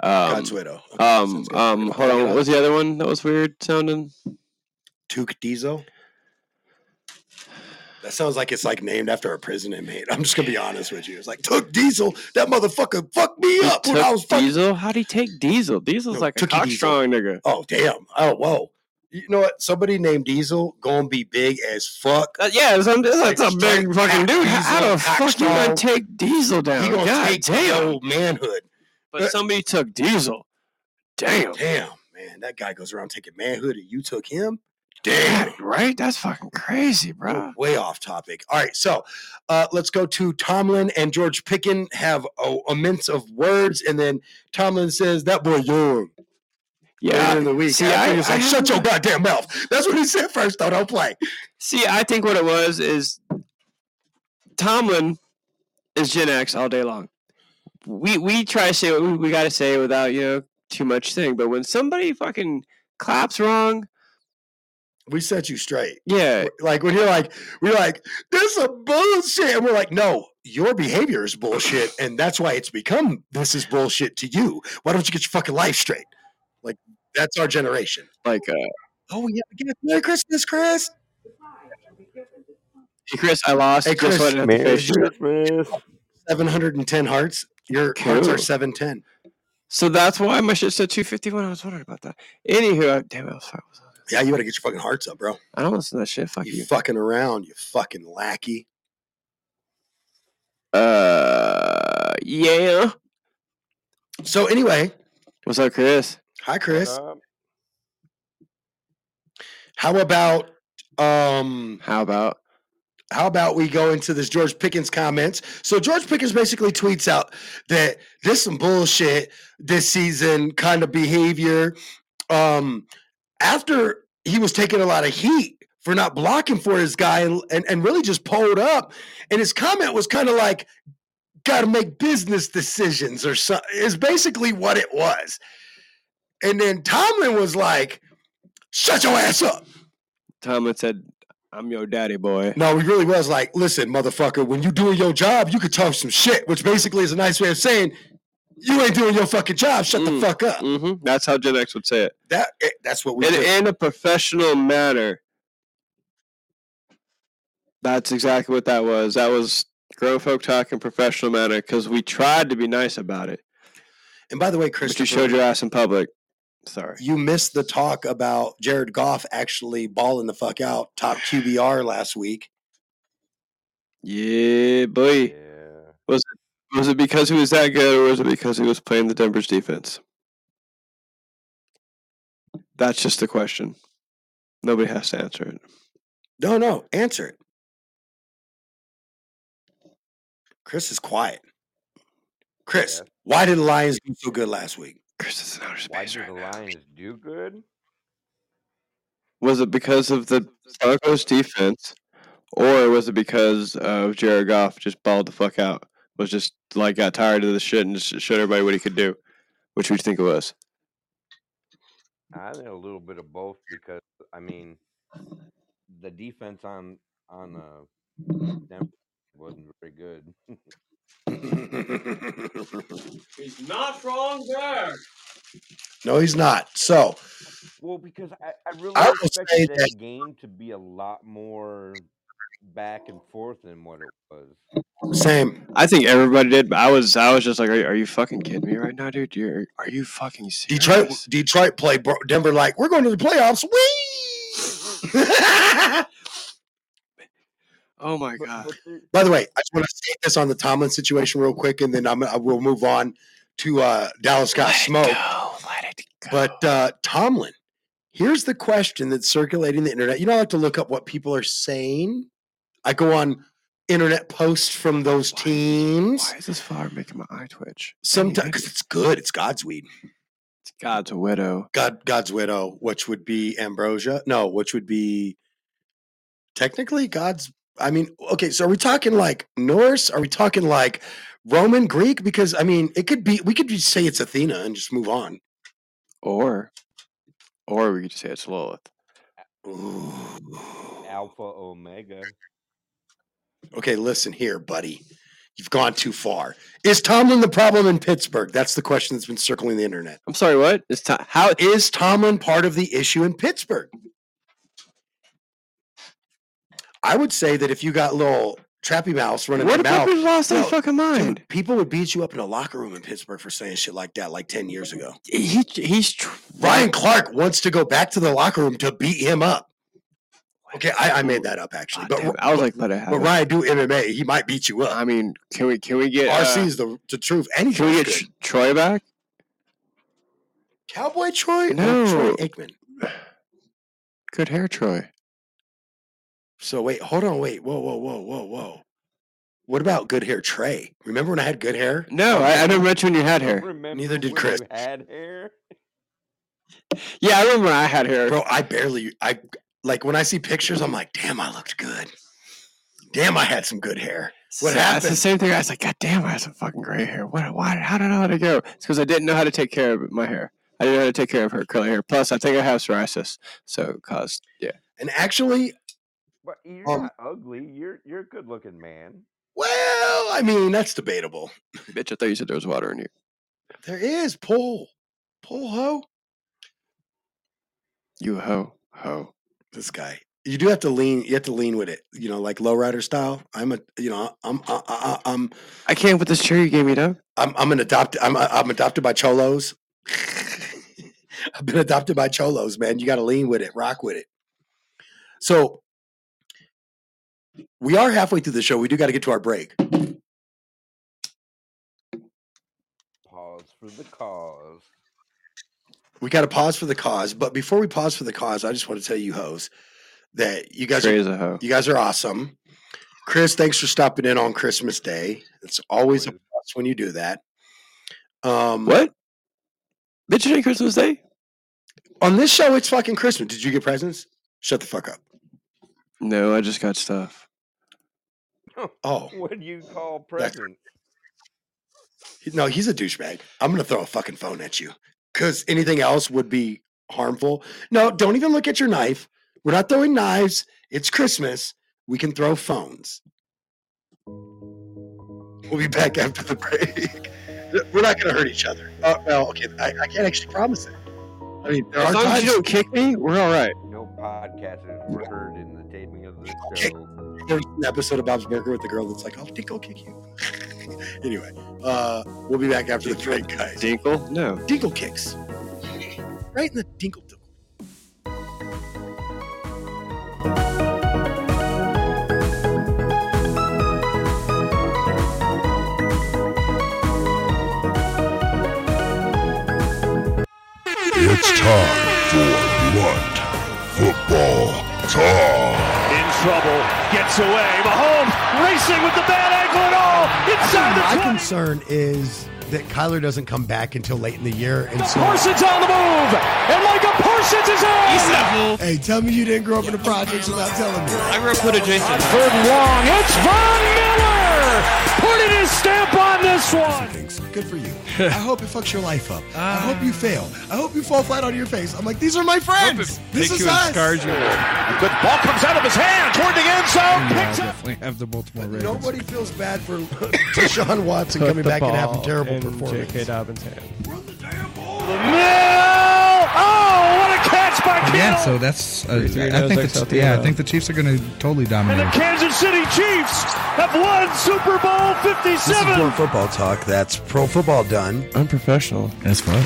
God's Widow. Okay,
Um,
sounds good.
um, hold on. What was the other one that was weird sounding?
Tuke Diesel? That sounds like it's like named after a prison inmate. I'm just gonna be honest with you. It's like Tuke Diesel. That motherfucker fucked me
He
up when I
took
was fucking.
Diesel? How'd he take Diesel? Diesel's
No,
like a
took he
cock
Diesel.
strong nigga.
Oh damn! Oh whoa! You know what? Somebody named Diesel gonna be big as fuck.
Uh, yeah, it's, it's,
Like
it's a big
straight cock
fucking dude. How
Diesel,
the
cock
fuck you gonna
strong.
take Diesel
He
down?
gonna
Oh, God
take
damn.
the old manhood.
But somebody took Diesel. Damn.
Damn man, that guy goes around taking manhood, and you took him. Damn.
God, Right? That's fucking crazy,
We're
bro.
way off topic. All right, so uh, let's go to Tomlin and George Picken have a, a mince of words, and then Tomlin says that boy young.
Yeah.
in the week.
see,
See, I,
I-
was
I
like, shut
haven't-
your goddamn mouth. That's what he said first. Though, don't play.
See, I think what it was is Tomlin is Gen X all day long. We we try to say what we, we got to say without you know too much thing, but when somebody fucking claps wrong,
We set you straight.
yeah,
Like when you're like, we're like, this is bullshit, and we're like, no, your behavior is bullshit, and that's why it's become this is bullshit to you. Why don't you get your fucking life straight? Like that's our generation.
like uh,
Oh yeah, give us Merry Christmas, Chris.
hey Chris, I lost.
Hey,
Guess
Chris,
what? I have to face you.
Christmas.
Seven hundred and ten hearts. Your hearts are
Cool.
seven ten.
So that's why my shit said 251. I was wondering about that. Anywho, I, damn it, I was fucking-
Yeah, you better get your fucking hearts up, bro.
I don't listen to that shit. Fuck
You
you.
fucking around, you fucking lackey.
Uh, yeah.
So anyway,
What's up, Chris?
hi Chris.
Um,
How about um
How about?
how about we go into this George Pickens comments? So George Pickens basically tweets out that this some bullshit this season kind of behavior. Um, after he was taking a lot of heat for not blocking for his guy and and, and really just pulled up, and his comment was kind of like, "Got to make business decisions" or something. Is basically what it was. And then Tomlin was like, "Shut your ass up."
Tomlin said, "I'm your daddy boy."
No, he really was like, listen, motherfucker, when you doing your job, you could talk some shit, which basically is a nice way of saying you ain't doing your fucking job. Shut
Mm,
the fuck up.
hmm That's how Gen X would say it.
That eh, that's what we.
in,
do.
in a professional manner. That's exactly what that was. That was grown folk talk in professional manner because we tried to be nice about it,
and by the way,
but you
Christopher,
showed your ass in public. Sorry.
you missed the talk about Jared Goff actually balling the fuck out, top QBR last week.
Yeah,
yeah.
boy. Was it because he was that good, or was it because he was playing the Denver's defense? That's just the question. Nobody has to answer it.
No, no, answer it. Chris is quiet. Chris,
Yeah.
why did the Lions do so good last week?
Chris is in outer
Why
space
do
right
the
now.
Lions do good?
Was it because of the Broncos defense, or was it because of Jared Goff just balled the fuck out? Was just like got tired of the shit and just showed everybody what he could do, which we think it was.
I think a little bit of both because I mean, the defense on on uh, Denver wasn't very good.
He's not wrong there.
No, he's not. So
Well, because I, I really
I will say
expected that,
that-
game to be a lot more back and forth than what it was.
same.
I think everybody did, but I was I was just like, are you, are you fucking kidding me right now, dude? You're are you fucking serious?
Detroit, Detroit play Bro- Denver like we're going to the playoffs. Wee!
Oh my
But-
god.
but there-
By the way, I just want to say this on the Tomlin situation real quick, and then I'm I will move on to uh, Dallas got smoked. But uh, Tomlin, here's the question that's circulating the internet. You know, I like to look up what people are saying. I go on internet posts from those
Why?
teams.
Why is this flower making my eye twitch?
Sometimes because it's good, it's God's weed.
It's God's widow.
God, God's widow, which would be Ambrosia. No, which would be technically God's. I mean, okay, so are we talking like Norse? Are we talking like Roman Greek? Because I mean, it could be. We could just say it's Athena and just move on.
Or or we could just say it's Lilith.
Ooh.
Alpha Omega.
Okay, listen here, buddy. You've gone too far. Is Tomlin the problem in Pittsburgh? That's the question that's been circling the internet.
I'm sorry, what? It's time.
How is Tomlin part of the issue in Pittsburgh? I would say that if you got little Trappy Mouse running
What
their
if
mouth,
people lost their
No,
fucking mind?
dude, people would beat you up in a locker room in Pittsburgh for saying shit like that like 10 years ago.
He he's tr-
Ryan Clark wants to go back to the locker room to beat him up. Okay, I, I made that up actually.
God
But,
damn it, I was
but-
like, let it
but
happen.
Ryan do MMA, he might beat you up.
I mean, can we can we get
RC
uh,
is the, the truth. Anything
can we get Tr- Troy back?
Cowboy Troy?
No.
or Troy Aikman.
Good hair, Troy.
So wait, hold on, wait, whoa, whoa, whoa, whoa, whoa. What about good hair, Trey? Remember when I had good hair?
No, Oh, I, I never met you when you had
I
hair.
remember
Neither did
when
Chris.
You had hair.
Yeah, I remember when I had hair.
Bro, I barely, I like when I see pictures, I'm like, damn, I looked good. Damn, I had some good hair. What
So That's the
happened?
same thing. I was like, God damn, I have some fucking gray hair. What? Why? How did I let it go? It's because I didn't know how to take care of my hair. I didn't know how to take care of her curly hair. Plus, I think I have psoriasis, so it caused yeah.
And actually,
But you're
Um,
not ugly. You're you're a good looking man.
well, I mean, that's debatable.
Bitch, I thought you said there was water in you.
There is pull. Pull ho.
You hoe, hoe.
This guy. You do have to lean. You have to lean with it. You know, like lowrider style. I'm a. You know, I'm. I, I, I- I'm.
I can't with this chair you gave me, though.
I'm. I'm an adopted. I'm. I'm adopted by cholos. I've been adopted by cholos, man. You got to lean with it. Rock with it. So we are halfway through the show. We do got to get to our break.
Pause for the cause.
We got to pause for the cause. But before we pause for the cause, I just want to tell you, hoes, that you guys are
Trey is a hoe.
You guys are awesome. Chris, thanks for stopping in on Christmas Day. It's always a
Always.
plus when you do that. Um,
What? Bitch, it ain't Christmas Day?
On this show, it's fucking Christmas. Did you get presents? Shut the fuck up.
No, I just got stuff.
Oh,
What do you call present?
he- no, he's a douchebag. I'm going to throw a fucking phone at you because anything else would be harmful. No, don't even look at your knife. We're not throwing knives. It's Christmas. We can throw phones. We'll be back after the break. We're not going to hurt each other. Uh, well, okay, I, I can't actually promise it. I mean, there are
As long as
times.
you don't kick me, we're all right.
No podcasters were heard in the taping of this
Okay.
show.
there's an episode of Bob's Burger with the girl that's like, I'll think I'll kick you. anyway, uh, we'll be back after the break, guys.
Dinkle? No.
Dinkle kicks. Right in the dinkle dinkle.
It's time for blunt football talk.
In trouble, gets away. Mahomes racing with the bad ankle and all inside the
My
20.
concern is that Kyler doesn't come back until late in the year. And so,
Parsons on the move, and like a Parsons is in.
hey, tell me you didn't grow up in the projects without telling me.
I grew up with
On
adjacent.
third and long, it's Von Miller putting his stamp on this one.
Thanks. Good for you. I hope it fucks your life up.
Ah.
I hope you fail. I hope you fall flat on your face. I'm like, these are my friends. This
Pick
is
you and
us.
scars you.
The ball comes out of his hand toward the end zone. Picks up.
definitely have the Baltimore Ravens.
Nobody feels bad for Deshaun Watson
Put
coming
the
back and having
ball
terrible
in
performance.
J.K. Dobbins' hand.
The mill. Oh, what a catch by Kittle.
Yeah, so that's. Uh,
Three
I
knows
think.
X
The,
out
Chi-
the
yeah, I
out.
think the Chiefs are going to totally
And the
dominate.
Kansas City Chiefs have won Super Bowl 57.
This is more football talk. That's pro football done.
Unprofessional.
That's fun.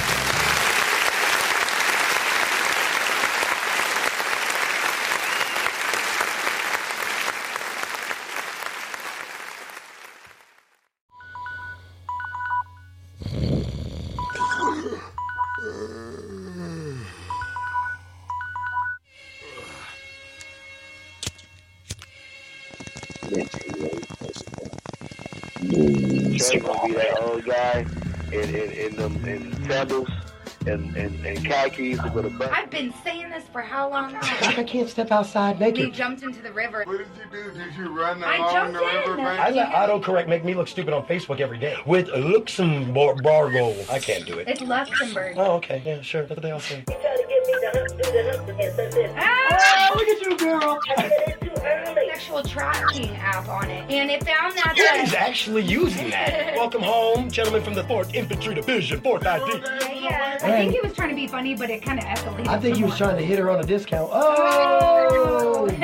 Trey's gonna be that old guy in in in, them, in sandals and, and and khakis with a button.
I've been saying this for how long now?
I can't step outside
We jumped into the river.
What did you do? Did you run
I jumped in.
I let autocorrect make me look stupid on Facebook every day with Luxembourg. I can't do it.
It's Luxembourg.
Oh,
Oh, okay. Yeah, sure. That's what they all say.
You gotta get Oh, look at you, girl. Sexual trafficking app on it, and it found that.
Yeah,
the-
he's actually using that. Welcome home, gentlemen from the 4th Infantry Division, 4th ID.
Yeah, I think he was trying to be funny, but it kind of escalated.
I think he was trying to hit her on a discount.
Oh,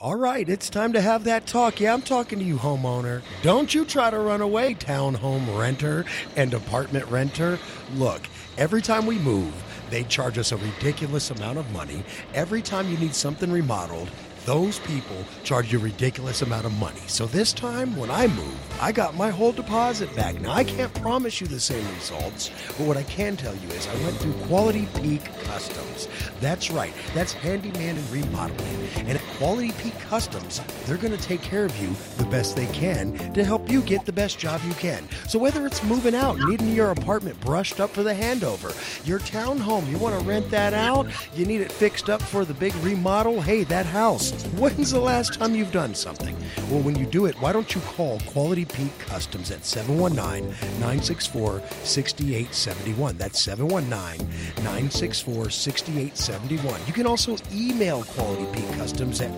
All right, it's time to have that talk. Yeah, I'm talking to you, homeowner. Don't you try to run away, townhome renter and apartment renter. Look, every time we move, they charge us a ridiculous amount of money. Every time you need something remodeled, those people charge you a ridiculous amount of money. So this time, when I move, I got my whole deposit back. Now, I can't promise you the same results, but what I can tell you is I went through Quality Peak Customs. That's right, that's handyman and remodeling. And at Quality Peak Customs, they're going to take care of you the best they can to help you get the best job you can. So whether it's moving out, needing your apartment brushed up for the handover, your townhome, you want to rent that out, you need it fixed up for the big remodel, hey, that house. When's the last time you've done something? Well, when you do it, why don't you call Quality Peak Customs at 719 964 6871. That's 719 964 6871. You can also email Quality Peak Customs at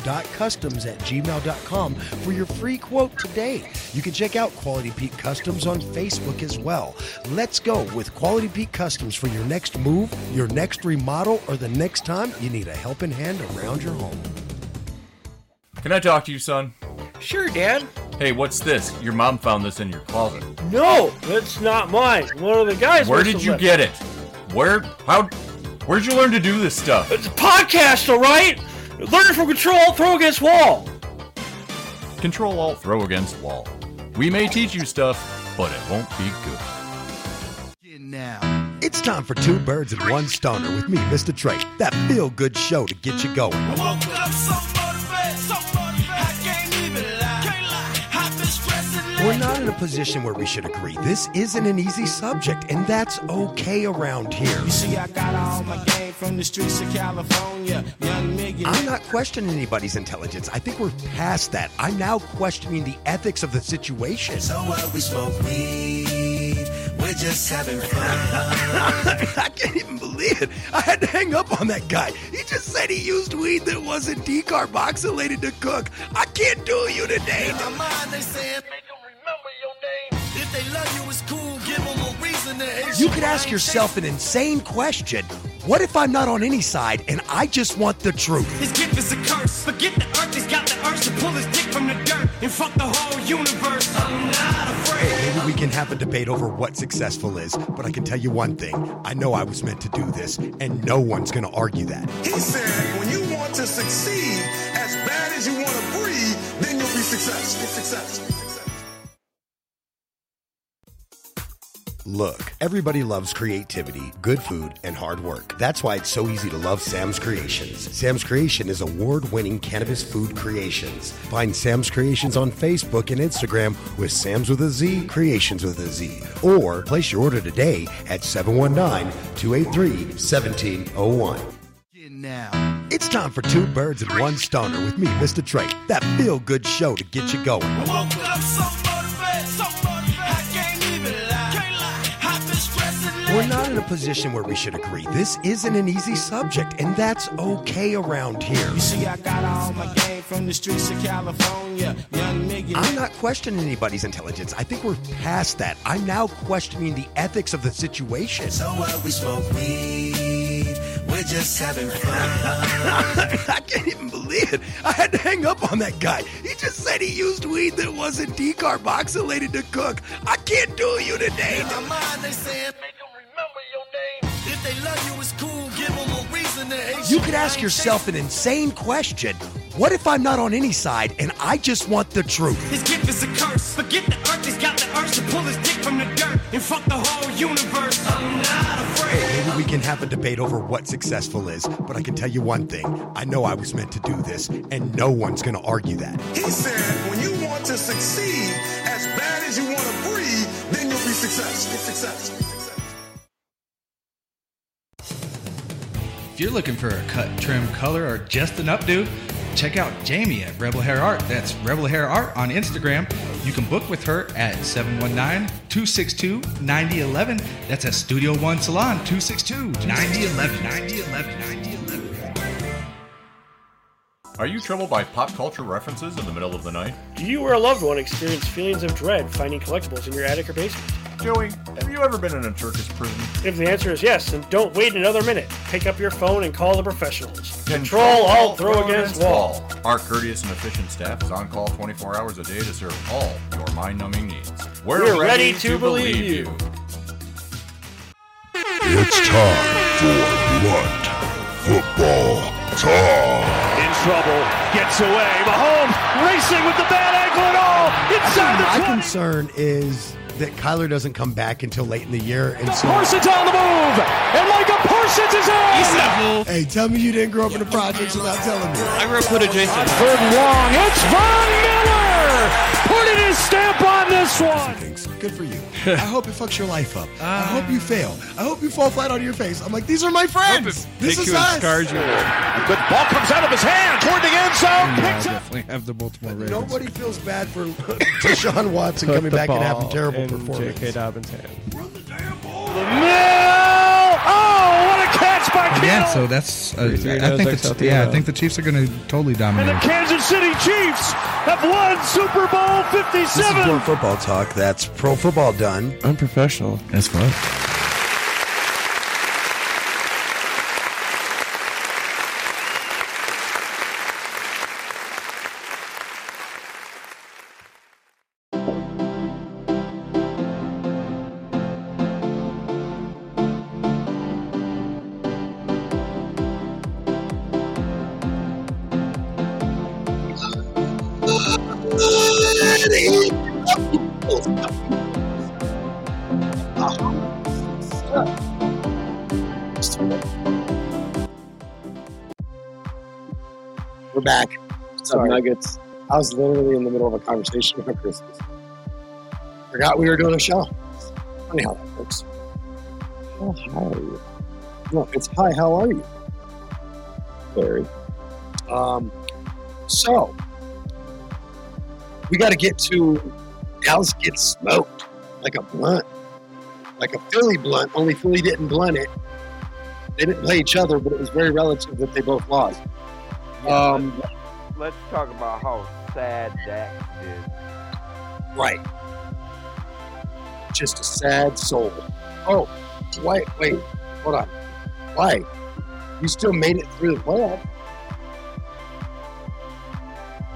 qualitypeak.customs at gmail.com for your free quote today. You can check out Quality Peak Customs on Facebook as well. Let's go with Quality Peak Customs for your next move, your next remodel, or the next time you need a helping hand around your home.
Can I talk to you, son?
Sure, Dad.
Hey, what's this? Your mom found this in your closet.
No, that's not mine. One of the guys.
Where
must
did
have
you
left
get it? Where? How? Where'd you learn to do this stuff?
It's a podcast, all right. Learn from control, throw against wall.
Control Alt Throw against wall. We may teach you stuff, but it won't be good.
It's time for Two Birds and One Stoner with me, Mr. Trey. That feel good show to get you going.
I woke up so motivated, so motivated. I can't even lie. Can't lie. I've been stressing
We're not in a position where we should agree. This isn't an easy subject, and that's okay around here.
You see, I got all my game from the streets of California. Young nigga.
I'm not questioning anybody's intelligence. I think we're past that. I'm now questioning the ethics of the situation.
So what? We smoke weed. We're just having fun.
I can't even believe it. I had to hang up on that guy. He just said he used weed that wasn't decarboxylated to cook. I can't do you today.
In my mind, they saying, make 'em remember your name. If they love you, it's cool. Give 'em a reason to hate
You could ask yourself an insane question What if I'm not on any side and I just want the truth?
His gift is a curse. Forget the earth, he's got the urge to pull his dick from the dirt and fuck the whole universe. I'm not afraid.
Maybe we can have a debate over what successful is, but I can tell you one thing. I know I was meant to do this, and no one's going to argue that.
He said, when you want to succeed as bad as you want to breathe, then you'll be successful. Successful.
Look, everybody loves creativity, good food, and hard work. That's why it's so easy to love Sam's Creations. Sam's Creation is award winning cannabis food creations. Find Sam's Creations on Facebook and Instagram with Sam's with a Z, Creations with a Z. Or place your order today at 719 283 1701. It's time for Two Birds and One Stoner with me, Mr. Trey. That feel good show to get you going.
I woke up so motivated, so motivated. I can't even lie. Can't lie. I've been stressing
We're not in a position where we should agree. This isn't an easy subject, and that's okay around here.
You see, I got all my game from the streets of California. Young nigga.
I'm not questioning anybody's intelligence. I think we're past that. I'm now questioning the ethics of the situation.
So what? We smoke weed. We're just having fun.
I can't even believe it. I had to hang up on that guy. He just said he used weed that wasn't decarboxylated to cook. I can't do you today.
In my mind, they saying, make 'em remember your name. If they love you, it's cool. Give 'em a reason to hate
You could ask yourself an insane question What if I'm not on any side and I just want the truth?
His gift is a curse. Forget the earth, he's got the urge to pull his dick from the dirt and fuck the whole universe. I'm not afraid.
Maybe we can have a debate over what successful is, but I can tell you one thing. I know I was meant to do this, and no one's going to argue that.
He said, when you want to succeed as bad as you want to breathe, then you'll be successful. Successful.
If you're looking for a cut, trim, color, or just an updo, check out Jamie at Rebel Hair Art. That's Rebel Hair Art on Instagram. You can book with her at 719-262-9011. That's at Studio One Salon, 262-9011.
9011. Are you troubled by pop culture references in the middle of the night?
Do you or a loved one experience feelings of dread finding collectibles in your attic or basement?
Joey, have you ever been in a Turkish prison?
If the answer is yes, then don't wait another minute. Pick up your phone and call the professionals. Control, all throw, against, wall.
Our courteous and efficient staff is on call 24 hours a day to serve all your mind numbing needs.
We're ready to believe you.
It's time for blunt football talk.
In trouble, gets away. Mahomes racing with the bad ankle and all. Inside the
My
20.
concern is that Kyler doesn't come back until late in the year, and so
Parsons on the move, and Micah Parsons is in.
Hey, tell me you didn't grow up in the projects without telling me.
I grew up with
On
adjacent.
third and long, it's Von Miller putting his stamp on this one.
Good for you. I hope it fucks your life up. I hope you fail. I hope you fall flat on your face. I'm like, these are my friends. This is us.
Good ball comes out of his hand toward the end zone. Picks up.
Definitely have the Baltimore Ravens.
Nobody feels bad for Deshaun Watson
Put
coming
the
back and having
ball
terrible
in
performance.
J.K.
Dobbins' hand.
The mill. Oh, what a catch by
Yeah,
Kittle.
so that's. Uh,
Three,
I
no,
think
Zach
the, Ch- yeah, I
Saltiel.
think the Chiefs are going to totally
And the
dominate.
Kansas City Chiefs have won Super Bowl
This is
57.
Blunt Football Talk. That's pro football done. Unprofessional. That's fun.
We're back. Sorry. Nuggets. I was literally in the middle of a conversation about Christmas. Forgot we were doing a show. Funny how that works. Oh, how are you? No, it's hi, how are you? Barry. Um, so, we got to get to Dallas gets smoked like a blunt, like a Philly blunt, only Philly didn't blunt it. They didn't play each other, but it was very relative that they both lost. Um,
Let's talk about how sad Dak did.
Right. Just a sad soul. Oh, wait, wait, hold on. Why? You still made it through the playoff.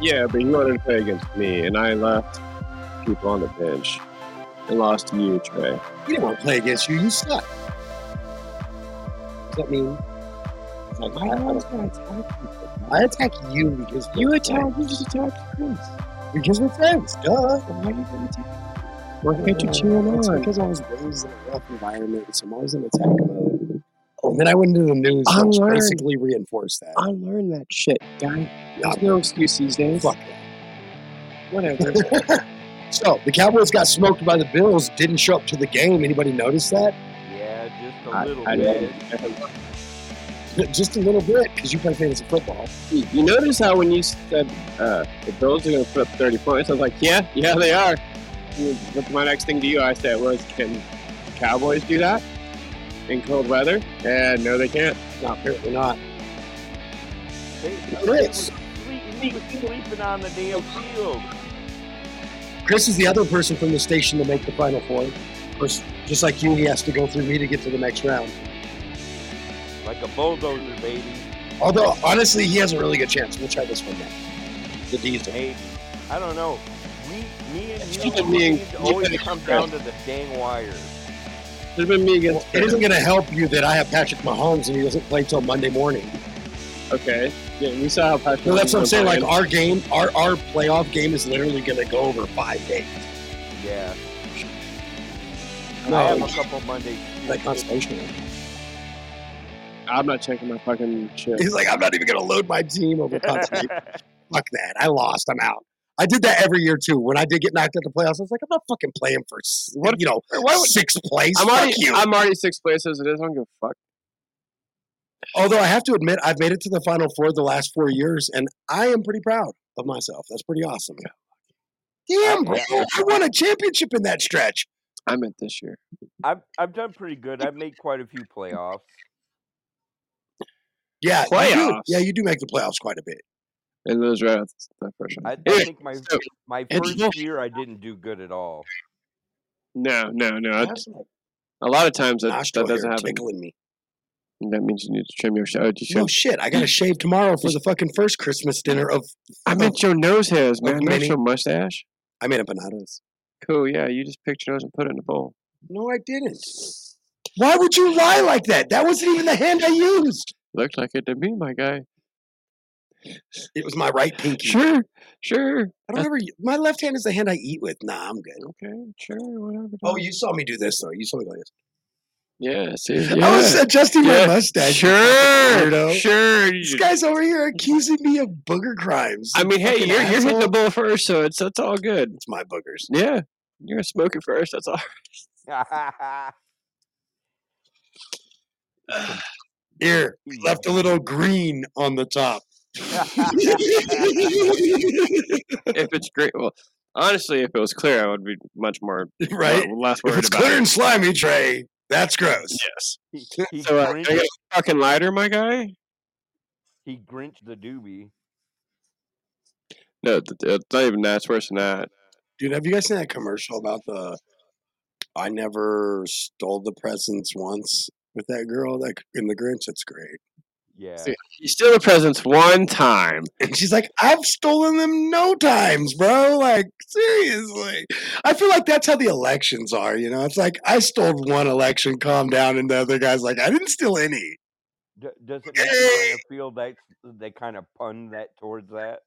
Yeah, but he wanted to play against me, and I left people on the bench and lost to you, Trey.
You didn't want to play against you. You suck. Does that mean? It's like, I, I, don't- I attack you because you attack. You just attack Chris because we're friends. Duh. Why are you going to attack? Why can't you cheer him on? Because I was raised in a rough environment, so I'm always in attack mode. Oh, and then I went into the news, which
Unlearned.
basically reinforced that.
I learned that shit, guy.
Not
There's no excuse these days.
Fuck
Whatever.
So the Cowboys got smoked by the Bills. Didn't show up to the game. Anybody notice that?
Yeah, just a
I-
little
I
bit.
Just a little bit because you play fantasy football.
You notice how when you said uh, the Bills are going to put up 30 points, I was like, yeah, yeah, they are. And But my next thing to you, I said, was, can Cowboys do that in cold weather? And no, they can't.
No, apparently not.
Chris. He was sleeping on the damn field.
Chris is the other person from the station to make the final four. Of course, just like you, he has to go through me to get to the next round.
Like a bulldozer, baby.
Although honestly, he has a really good chance. We'll try this one now. The Diesel.
Hey, I don't know. We, me and you,
Stupid
we
me and-
need to
you
always
better
come
quit.
down to the dang wire.
There's been me against.
It isn't going to help you that I have Patrick Mahomes and he doesn't play till Monday morning.
Okay. Yeah, we saw how Patrick.
No, that's what I'm
Mahomes
saying. Like
played.
our game, our our playoff game is literally going to go over five days.
Yeah.
No.
I have a couple Monday.
Like consolation.
I'm not checking my fucking shit.
He's like, I'm not even going to load my team over consolation. Fuck that. I lost. I'm out. I did that every year too. When I did get knocked out the playoffs, I was like, I'm not fucking playing for s- you know
Why would-
sixth place.
I'm
Fuck
already,
you.
I'm already sixth place as it is. I don't give a fuck.
Although I have to admit, I've made it to the Final Four the last four years, and I am pretty proud of myself. That's pretty awesome. Damn, bro, I won a championship in that stretch.
I meant this year.
I've I've done pretty good. I've made quite a few playoffs.
Yeah, you do.
Playoffs?
Yeah, you do make the playoffs quite a bit.
And those right off the question.
I, I think my my first year I didn't do good at all.
No, no, no. that's- A lot of times that,
Nostril
that doesn't
hair
happen.
tickling me.
That means you need to trim your. sh- Oh, did you
No
shave-
shit, I gotta shave tomorrow for the fucking first Christmas dinner of.
I meant your nose hairs, man. Not
many-
your mustache.
I made empanadas.
Cool. Yeah, you just picked your nose and put it in a bowl.
No, I didn't. Why would you lie like that? That wasn't even the hand I used.
Looked like it to me, my guy.
It was my right pinky.
Sure, sure.
I don't ever. My left hand is the hand I eat with. Nah, I'm good.
Okay, sure, whatever.
Oh, you saw me do this though. You saw me go like this.
Yeah, see,
I was
yeah.
adjusting
Yeah,
my mustache. you
Sure,
fucking weirdo.
sure. you
This
just-
guy's over here accusing me of booger crimes.
I mean, hey,
Fucking
you're, you're hitting
asshole.
the bull first, so it's that's all good.
It's my boogers.
Yeah, you're gonna smoke it first. That's all.
Here, we left a little green on the top.
if it's great, well, honestly, if it was clear, I would be much more
Right?
uh, less
If
worried
it's
about.
clear
it.
and slimy, Trey, that's gross. Yes.
So, uh, can I get a fucking lighter, my guy.
He grinched the doobie.
No, th- th- it's not even that. It's worse than that.
Dude, have you guys seen that commercial about the I never stole the presents once with that girl that in the Grinch? That's great.
Yeah.
See, you steal the presents one time.
And she's like, I've stolen them no times, bro. Like, seriously. I feel like that's how the elections are, you know? It's like, I stole one election, calm down. And the other guy's like, I didn't steal any.
D- does it make you kinda feel that they kind of pun that towards that?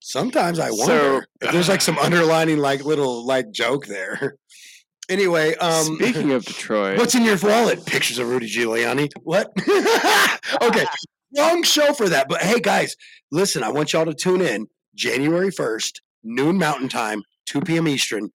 Sometimes I
So-
wonder if there's like some underlining, like, little, like, joke there. anyway, um,
speaking of Detroit,
what's in your wallet? Pictures of Rudy Giuliani. What? okay. Long show for that. But hey, guys, listen, I want y'all to tune in January 1st, noon Mountain Time, 2 p.m. Eastern.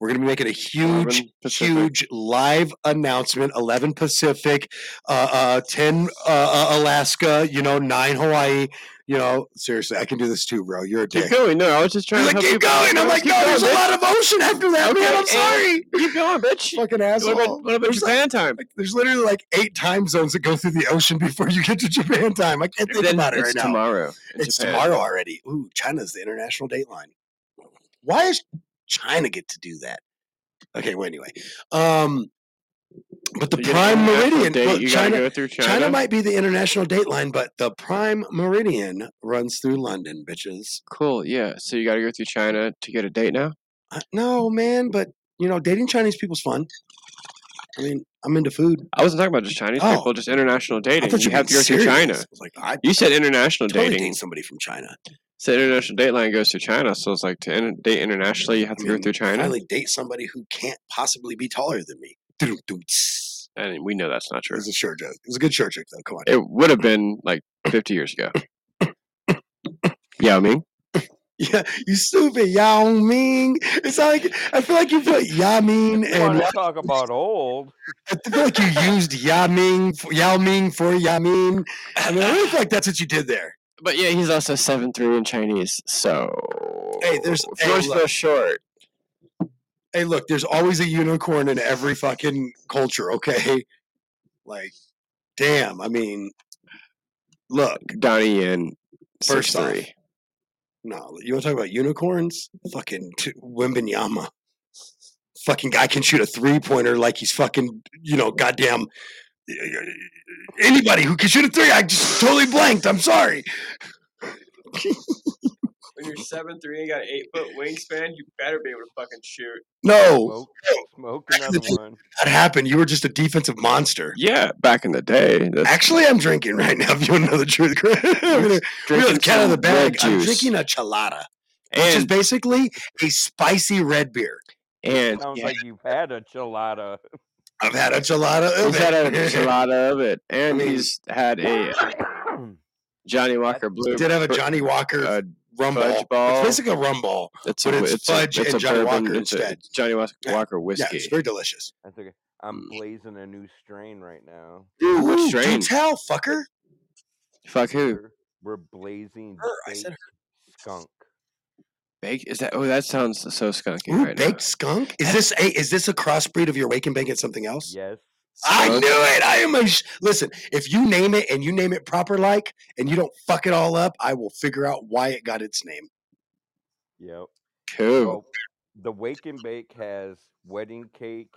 We're going to be making a huge, huge live announcement 11 Pacific, uh, uh, 10 uh, uh, Alaska, you know, 9 Hawaii. You know, seriously, I can do this too, bro. You're a dick.
Keep going. No, I was just trying
You're
to
like,
help
keep
you out.
going. I'm
No,
like,
keep
no, there's a
going,
lot of ocean after that,
Okay,
man. I'm
and-
sorry.
Keep going, bitch.
Fucking
What about-
asshole.
what about
There's like-
Japan time?
like, there's literally like eight time zones that go through the ocean before you get to Japan time. I can't think
Then
about it
it's
right now.
tomorrow. in
It's
Japan.
tomorrow already. Ooh, China's the international date line. Why does China get to do that? Okay, well, anyway. Um, but the
You get
prime
an actual
meridian.
date,
well,
you gotta
China,
go through China.
China might be the international date line, but the prime meridian runs through London, bitches.
Cool. Yeah. So you got to go through China to get a date now.
Uh, no, man, but you know, dating Chinese people's fun. I mean, I'm into food.
I wasn't talking about just Chinese
Oh.
people, just international dating.
thought you
you have to go
meant
through
serious.
China.
I was like, I
you said international
totally
dating.
dating somebody from China.
So international date line goes through China. So it's like to inter- date internationally, you have to go through China.
Finally, date somebody who can't possibly be taller than me.
And we know that's not true. It was
a sure joke. It was a good sure joke, though. Come on.
It would have been like 50 years ago. yeah, I mean,
Yeah, you stupid Yao Ming. It's not like I feel like you put Yao Ming and
Want to talk about old?
I feel like you used Yao Ming, for- Yao Ming for Yao Ming. I mean, I really feel like that's what you did there.
but yeah, he's also seven three in Chinese. So
Hey, there's
if yours
hey,
goes
look,
short.
hey, look, there's always a unicorn in every fucking culture. Okay, like, damn. I mean, look,
Donnie Yen,
First
first
off,
three.
No, you want to talk about unicorns? Fucking t- Wimbenyama. Fucking guy can shoot a three pointer like he's fucking, you know, goddamn. Anybody who can shoot a three, I just totally blanked. I'm sorry.
When you're seven three and got an eight foot wingspan, you better be able to fucking shoot. Oh,
No,
Smoke another one.
that happened. You were just a defensive monster.
Yeah, back in the day. That's
Actually, I'm drinking right now. If you want to know the truth, Chris. I'm gonna- we're
drinking
the cat out of the
some red
bag. I'm
juice.
drinking a chalada, which is basically a spicy red beer.
and
Sounds like you've had a chilada.
I've had a chalada of
he's
it.
had a enchilada of it, and he's had a Johnny Walker Blue.
did have a
Bur-
Johnny Walker rum ball.
fudge ball.
It's basically a rum ball,
It's
but
a,
it's,
it's a-
fudge
it's
and
a
Johnny
bourbon-
Walker
it's a-
instead.
Johnny Walker, Walker
Yeah,
whiskey.
it's very delicious.
That's okay.
Mm.
I'm blazing a new strain right now.
Dude, what Ooh, do strain? tell, fucker.
Fuck who?
We're- We're blazing
I said
baked skunk.
Baked? Is that? Oh, that sounds so skunky
Ooh,
right
baked skunk? Is this a is this a crossbreed of your wake and bake and something else?
Yes.
I knew it. I am a sh- listen. If you name it and you name it proper like, and you don't fuck it all up, I will figure out why it got its name.
Yep.
Cool.
the Wake and Bake has wedding cake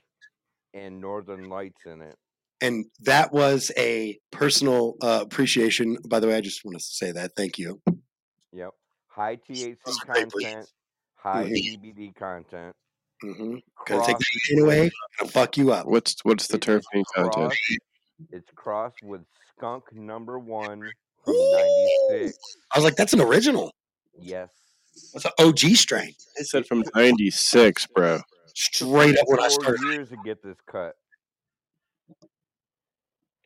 and northern lights in it.
And that was a personal uh, appreciation. By the way, I just want to say that. Thank you.
Yep. High THC content, high
Mhm.
CBD content.
Mm-hmm. Gonna take that shit away. Gonna fuck you up.
What's what's the terpene content?
Cross, it's crossed with skunk number one from '96.
I was like, that's an original.
Yes.
That's an OG strain.
It said from '96, bro.
Straight up when
Four
I started.
years to get this cut.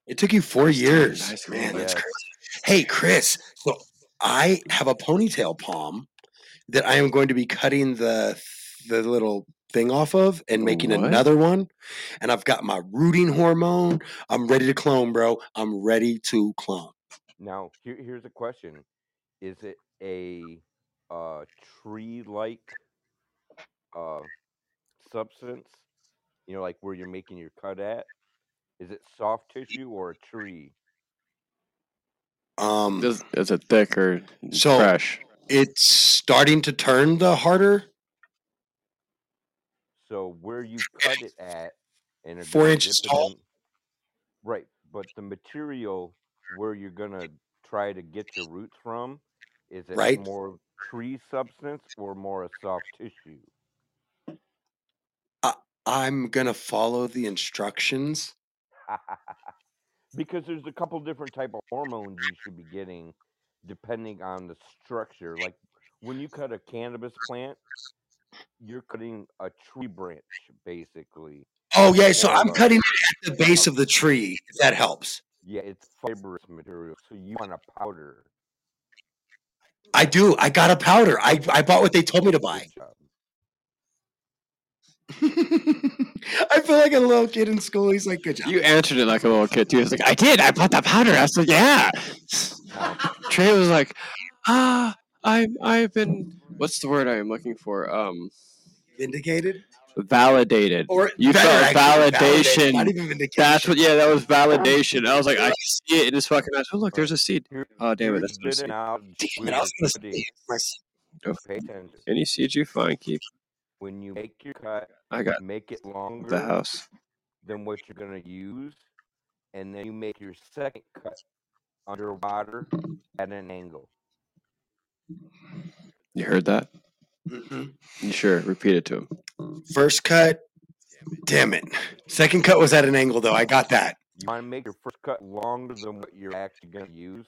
It took you four years, man. That's
Yes.
crazy. Hey, Chris. So I have a ponytail palm that I am going to be cutting the the little thing off of and making
What?
another one. And I've got my rooting hormone. I'm ready to clone, bro. I'm ready to clone.
Now, here, here's a question: Is it a uh, tree-like uh, substance? You know, like where you're making your cut at. Is it soft tissue or a tree?
Um,
Does is it thick or
so
fresh?
It's starting to turn the harder
So where you cut it at, and are
Four
gonna
inches
dip it
tall?
in- right? But the material where you're gonna try to get your roots from is it
Right.
more tree substance or more a soft tissue?
I'm gonna follow the instructions.
because there's a couple different type of hormones you should be getting depending on the structure like when you cut a cannabis plant you're cutting a tree branch basically
Oh yeah, so I'm
Or-
cutting it at the base of the tree. If that helps.
yeah it's fibrous material so you want a powder
I do. I got a powder. I, I bought what they told me to buy. I feel like a little kid in school. He's like, good job.
You answered it like a little kid too. It's like I did. I bought the powder. I said, yeah. Trey was like, ah, I I've been. What's the word I am looking for? Um,
vindicated.
Validated.
Or
you
better,
felt
actually, validated,
validation.
not even vindication.
That's what. Yeah, that was validation. I was like, I can see it in his fucking eyes. Oh look, there's a seed. Oh damn it, that's not a seed.
Damn
it, I was gonna say
Go
pay attention
Any seed you find, keep.
when you make your cut
I got
make it longer
the house.
than what you're going to use, and then you make your second cut underwater at an angle.
You heard that? You sure? Repeat it to him.
First cut. Damn it. Second cut was at an angle though. I got that.
You want to make your first cut longer than what you're actually going to use.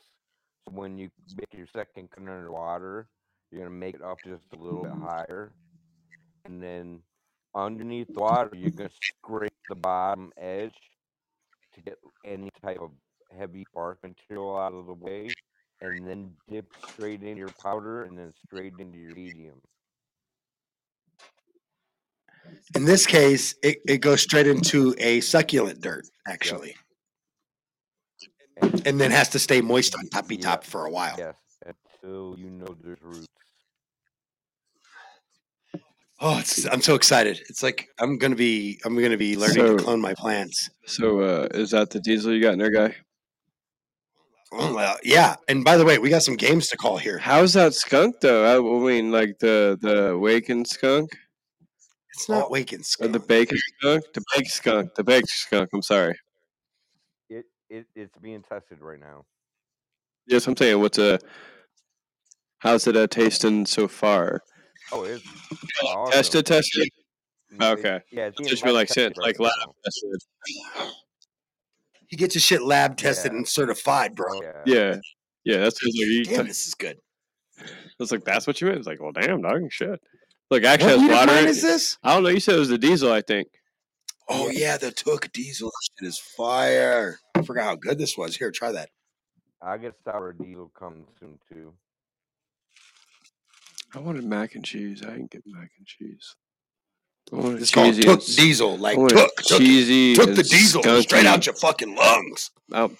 So when you make your second cut underwater, you're going to make it up just a little bit higher, and then underneath the water, you're going to scrape the bottom edge to get any type of heavy bark material out of the way, and then dip straight into your powder and then straight into your medium.
In this case, it, it goes straight into a succulent dirt actually, and then has to stay moist on toppy top for a while.
Yes, until you know there's roots.
Oh, it's, I'm so excited! It's like I'm gonna be I'm gonna be learning to
So-
clone my plants.
So uh, is that the diesel you got in there, guy?
Oh, well, yeah. And by the way, we got some games to call here.
How's that skunk though? I mean, like the the waken skunk.
It's not waking
Or the bacon skunk? The baked skunk. The baked skunk. I'm sorry.
It, it it's being tested right now.
Yes, I'm saying what's a how's it uh, tasting so far?
Oh, it's awesome.
Tested, tested. Okay.
yeah, it's being
just been
lab
like sent
tested
like
right
lab
now.
tested.
You get your shit lab tested and certified, bro.
Yeah. Yeah, that's just like you
Damn,
t-
this is good.
it's like that's what you meant. It's like, well damn dog shit. Look, actually
What
has
unit of
water.
mine
in
is
it.
this?
I don't know, you said it was the diesel, I think.
Oh yeah, the Took Diesel shit is fire. I forgot how good this was. Here, try that.
I guess sour diesel coming soon too.
I wanted mac and cheese. I didn't get mac and cheese. want a
It's called
cheesy
took
and s-
diesel. Like
I want a
took, took,
cheesy
took the
and
diesel straight
skunky-
out your fucking lungs.
Oh,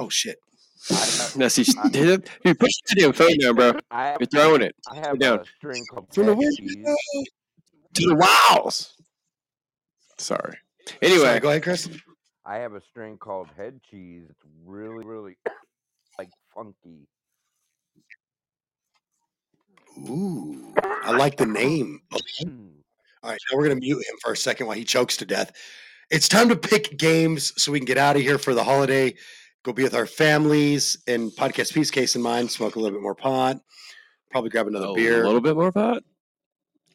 oh shit.
That's he. Dude, put your damn phone down, bro.
I,
You're throwing it.
I have
down.
a string called
From the
Pet
wind
Cheese.
to the walls.
Sorry.
Anyway,
Sorry,
go ahead, Chris.
I have a string called head cheese. It's really, really like funky.
Ooh, I like the name.
Mm.
All right, now we're gonna mute him for a second while he chokes to death. It's time to pick games so we can get out of here for the holiday. Go be with our families and podcast peace case in mind. Smoke a little bit more pot. Probably grab another beer.
A Oh, little bit more pot.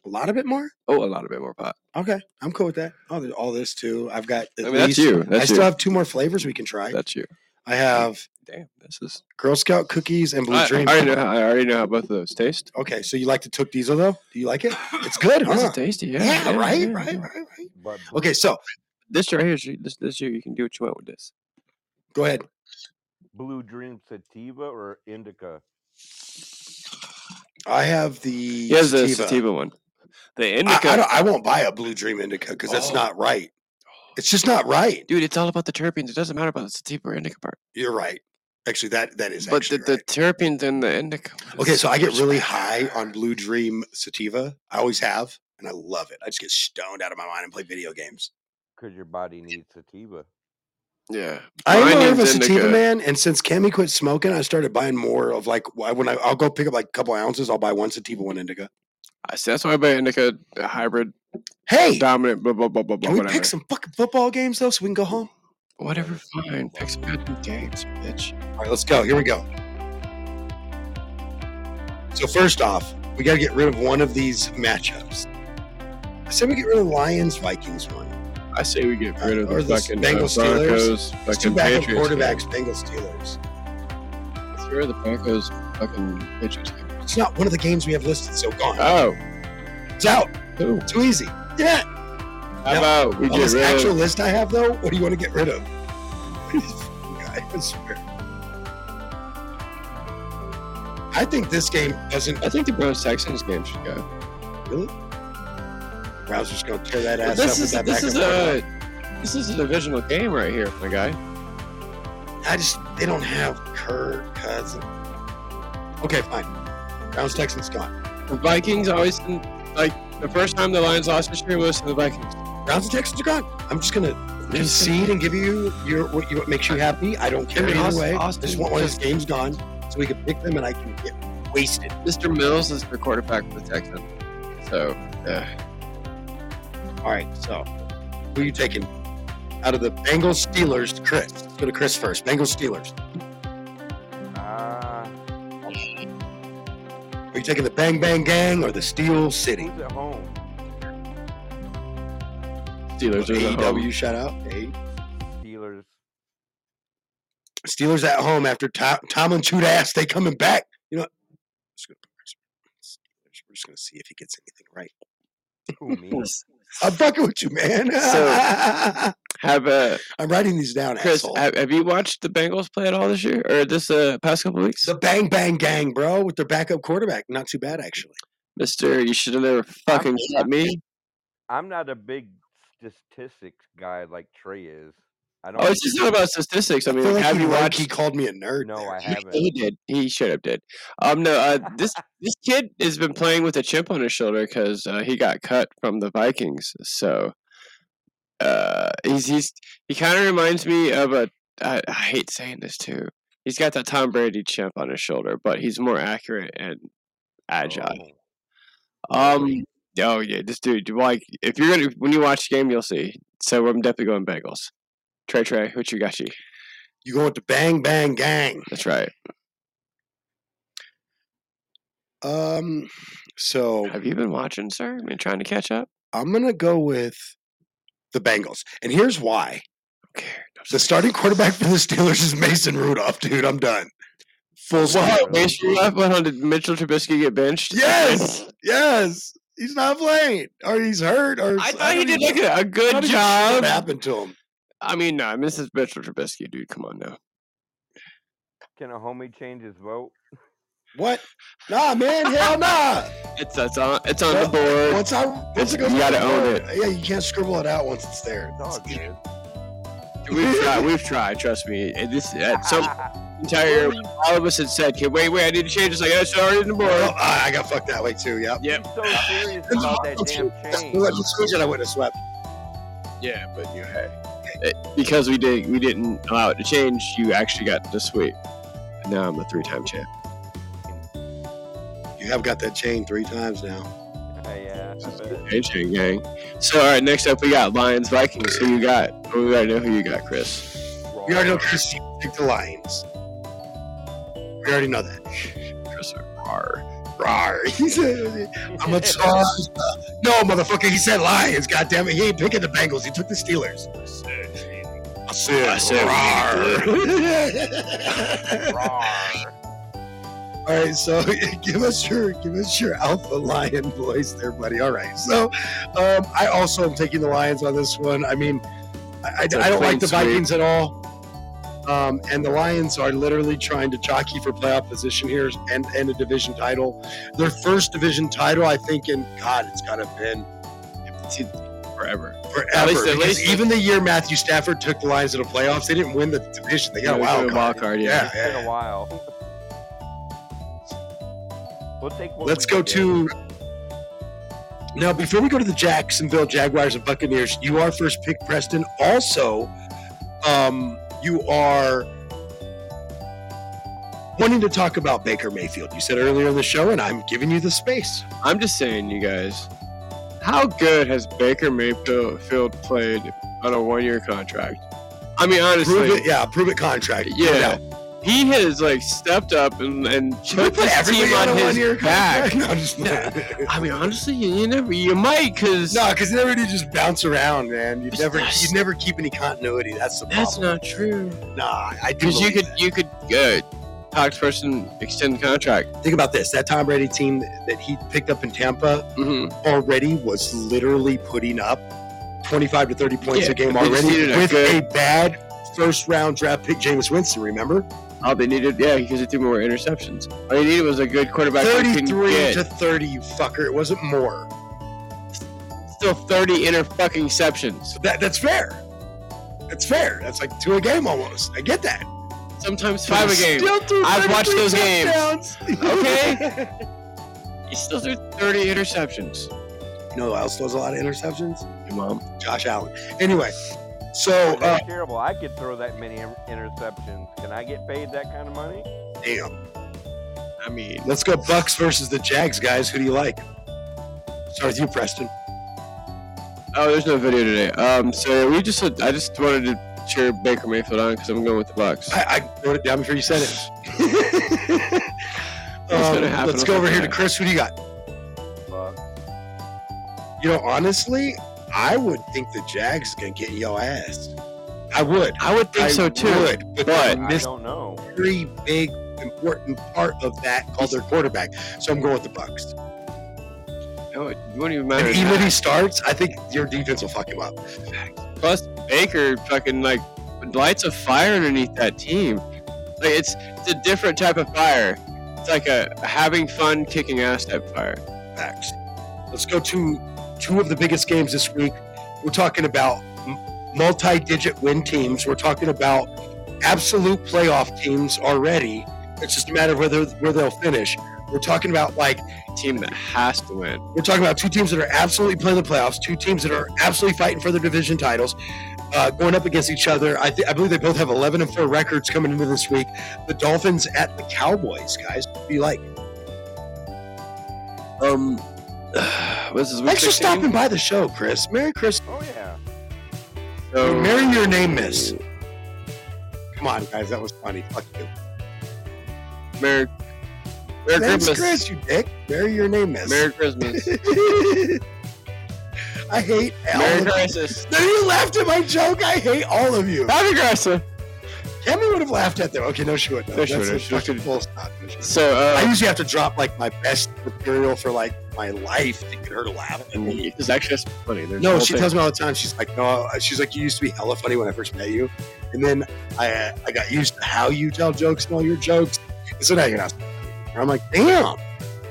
A lot of bit more.
Oh, a lot of bit more pot.
Okay, I'm cool with that. Oh, there's all this too. I've got.
I mean, that's you.
I
That's
still
you.
have two more flavors we can try.
That's you.
I have
Damn, this is
Girl Scout cookies and Blue
I, I
Dream.
already know. How, I already know how both of those taste.
Okay, so you like the Took Diesel though? Do you like it? It's good, huh?
It's tasty. Yeah,
Yeah,
yeah,
right,
yeah,
right,
yeah.
right, right.
But
Okay, so
this right here, is- this this year, you can do what you want with this.
Go ahead.
Blue Dream Sativa or Indica?
I have the
He has the sativa one. The indica.
I, don't, I won't buy a Blue Dream Indica because that's
Oh.
not right. It's just not right,
dude. It's all about the terpenes. It doesn't matter about the sativa or indica part.
You're right. Actually, that that is.
But the, the terpenes and the indica.
Okay, so I get really high on Blue Dream Sativa. I always have, and I love it. I just get stoned out of my mind and play video games.
Because your body needs sativa.
Yeah.
I
Mine
am more of a
is
sativa
indica.
man, and since Cammy quit smoking, I started buying more of like why- when I, I'll go pick up like a couple ounces. I'll buy one sativa, one indica.
I see, that's why I buy indica uh, hybrid.
Hey,
dominant. Blah blah blah blah blah.
Can we
whatever.
pick some fucking football games though, so we can go home?
Whatever, fine. Pick some goddamn games, bitch.
All right, let's go. Here we go. So first off, we got to get rid of one of these matchups. I said we get rid of Lions Vikings one.
I say we get rid of
Or
the
the
fucking uh,
Bengals Steelers.
Broncos,
It's two
fucking
backup
Patriots.
quarterbacks, Bengals Steelers.
Let's get rid of the Broncos, fucking Patriots. game.
It's not one of the games we have listed, so gone.
Oh,
It's out. Too easy. Yeah.
How about we
on
get
this
rid of-
actual list I have though? What do you want to get rid of? I swear. I think this game doesn't.
I think the Browns Texans game should go.
Really? Browns just gonna tear that
Well,
ass
this
up with that
is this
backup
is
quarterback.
a this is a divisional game right here, my guy.
I just they don't have Kirk Cousins. Okay, fine. Browns Texans gone.
The Vikings always been- like the first time the Lions lost this year was to the Vikings.
Browns and Texans are gone. I'm just gonna concede and give you your what, you, what makes you happy. I don't care
I mean,
either
Austin-
way. I just
Austin
want one of these
just-
games gone so we can pick them and I can get wasted.
Mr. Mills is the quarterback for the Texans, so yeah.
All right, so who are you taking out of the Bengals Steelers? to Chris, Let's go to Chris first. Bengals Steelers.
Ah,
Are you taking the Bang Bang Gang or the Steel City?
who's at home?
Steelers are the
AEW
home.
E shout out. E Hey.
Steelers.
Steelers at home after Tom, Tomlin chewed ass. They coming back. You know, what? Just gonna- we're just gonna see if he gets anything right.
Who me?
I'm fucking with you, man.
So- Have a
I'm writing these down,
Chris.
asshole.
Have, have you watched the Bengals play at all this year or this uh, past couple weeks?
the Bang Bang Gang, bro, with their backup quarterback. Not too bad, actually.
Mister, you should have never fucking shot me.
I'm not a big statistics guy like Trey is. I don't.
Oh, it's just not about statistics. I
I
mean,
feel like
have
he
you
low-key
watched?
called me a nerd.
No, I
He-
haven't.
He did. He should have did. Um, no, uh, this this kid has been playing with a chip on his shoulder because uh, he got cut from the Vikings. So, uh, he's he's he kind of reminds me of a. I, I hate saying this too. He's got that Tom Brady chip on his shoulder, but he's more accurate and
Oh,
agile. Um. Oh yeah, this dude. Like, if you're gonna when you watch the game, you'll see. So I'm definitely going Bengals. Trey, Trey, what you got? You.
You going with the Bang Bang Gang?
That's right.
Um, so
Have you been watching, sir? I've been trying to catch up.
I'm gonna go with the Bengals, and here's why. The starting quarterback for the Steelers is Mason Rudolph, dude. I'm done. Full stop.
What? Mason left. Went on. Did Mitchell Trubisky get benched?
Yes, yes. He's not playing, or he's hurt, or
I thought he
don't
did
even-
like a, a
I
good
don't even know
job.
What happened to him?
I mean, no, this is Mitchell Trubisky, dude. Come on now.
Can a homie change his vote?
What? Nah, man, hell nah.
It's that's on it's on the board.
Once I once it goes
you
on
gotta
the
own
board-
it.
Yeah, you can't scribble it out once it's there.
We've tried. We've tried. Trust me. And This at some entire all of us had said, "Okay, wait, wait, I need to change this." Like, "Oh, I started in the board.
I, I got fucked that way too. Yep.
Yep.
So serious about that damn change.
I would have swept.
Yeah, but you hey, it- because we did we didn't allow it to change. You actually got the sweep. And now I'm a three-time champ.
You have got that chain three times now.
Yeah, I bet.
Hey, chain gang. So, all right, next up we got Lions Vikings. Who you got? We already know who you got, Chris.
You already know Chris picked the Lions. We already know that.
Chris Rar.
Rar. He said, I'm a No, motherfucker, he said Lions. God damn it. He ain't picking the Bengals. He took the Steelers. I said,
I said,
Rar. All right, so give us your give us your alpha lion voice there, buddy. All right, so um, I also am taking the Lions on this one. I mean, I, I, I
It's a
don't
clean
like the
sweep.
Vikings at all, um, and the Lions are literally trying to jockey for playoff position here and and a division title. Their first division title, I think, in God, it's got to have been
forever.
Forever.
At least- at
because
least-
even the year Matthew Stafford took the Lions to the playoffs, they didn't win the division. They got a
Yeah,
wild card.
they got a wild card, yeah.
yeah,
It's been a while. We'll take what
Let's
we
go
can get.
to. Now, before we go to the Jacksonville Jaguars and Buccaneers, you are first pick, Preston. Also, um, you are wanting to talk about Baker Mayfield. You said earlier in the show, and I'm giving you the space.
I'm just saying, you guys, how good has Baker Mayfield played on a one-year contract? I mean, honestly,
Prove it, yeah, prove it contract. No
yeah,
doubt.
he has like stepped up and and
Should we
put
put
this
everybody
team
on
on
a
his
one-year
back.
contract? No, I'm just
I mean, honestly, you, you never, you might, because
No, because then everybody just bounce around, man. You never, you never keep any continuity. That's the problem.
that's not true.
Nah, I do.
Because you
believe
could, you could, uh, talk to person extend the contract.
Think about this: that Tom Brady team that he picked up in Tampa
Mm-hmm.
already was literally putting up twenty-five to thirty points
Yeah,
a game
they just
already
needed a
with a
good-
bad first-round draft pick, Jameis Winston. Remember,
All they needed, yeah, because the team were interceptions. All they needed was a good quarterback. who couldn't
thirty-three
get-
to thirty, you fucker. It wasn't more.
still thirty inter fucking exceptions.
That that's fair. That's fair. That's like two a game almost. I get that.
Sometimes
But
five a
he
game.
still threw
I've watched
33
those
touchdowns.
games. Okay. He still threw 30 interceptions.
You know who else throws a lot of interceptions?
Your mom.
Josh Allen. Anyway, so
Oh,
uh,
that's terrible. I could throw that many in- interceptions. Can I get paid that kind of money?
damn.
I mean,
Let's go Bucks versus the Jags, guys. Who do you like? Start with you, Preston.
oh, there's no video today. Um, so we just, I just wanted to cheer Baker Mayfield on because I'm going with the Bucks.
I, I wrote it down before you said it.
It's gonna
Um,
happen
let's go over
like
here to
that.
Chris. Who do you got?
Bucks.
You know, honestly, I would think the Jags gonna get your ass. I would.
I would think
I
so too.
Would, but they
but
I
missed
don't know.
a very big, important part of that called their quarterback. So I'm going with the Bucks.
no, it wouldn't even
And
matter.
even if he starts, I think your defense will fuck him up.
Plus, Baker fucking like lights a fire underneath that team. Like it's it's a different type of fire. It's like a having fun, kicking ass type fire.
Facts. Let's go to two of the biggest games this week. We're talking about m- multi-digit win teams. We're talking about absolute playoff teams already. It's just a matter of whether where they'll finish. We're talking about like
Team that has to win.
we're talking about two teams that are absolutely playing the playoffs, two teams that are absolutely fighting for their division titles, uh, going up against each other. I, th- I believe they both have 11 and 4 records coming into this week. The Dolphins at the Cowboys, guys. What do you like? Um,
This is week
thanks for
16?
stopping by the show, Chris. Merry Christmas.
Oh yeah.
So-
Marry your name, miss. Come on, guys. That was funny. Fuck you.
Merry, Merry
Thanks,
Christmas.
Chris, you dick. Marry your name, miss.
Merry Christmas.
I hate all
Merry
of you.
Christmas.
No, you laughed at my joke. I hate all of you.
Happy Christmas.
Emmy would have laughed at them. Okay, no, she wouldn't.
No, she
That's
wouldn't.
a
She just
fucking
didn't-
full stop.
So,
I
uh,
usually have to drop like my best material for like my life to get her to laugh at me.
it's actually that's funny. There's
No,
a whole
she
thing.
tells me all the time. She's like, no, she's like, you used to be hella funny when I first met you, and then I I got used to how you tell jokes and all your jokes, and so now you're not. so funny." I'm like, damn.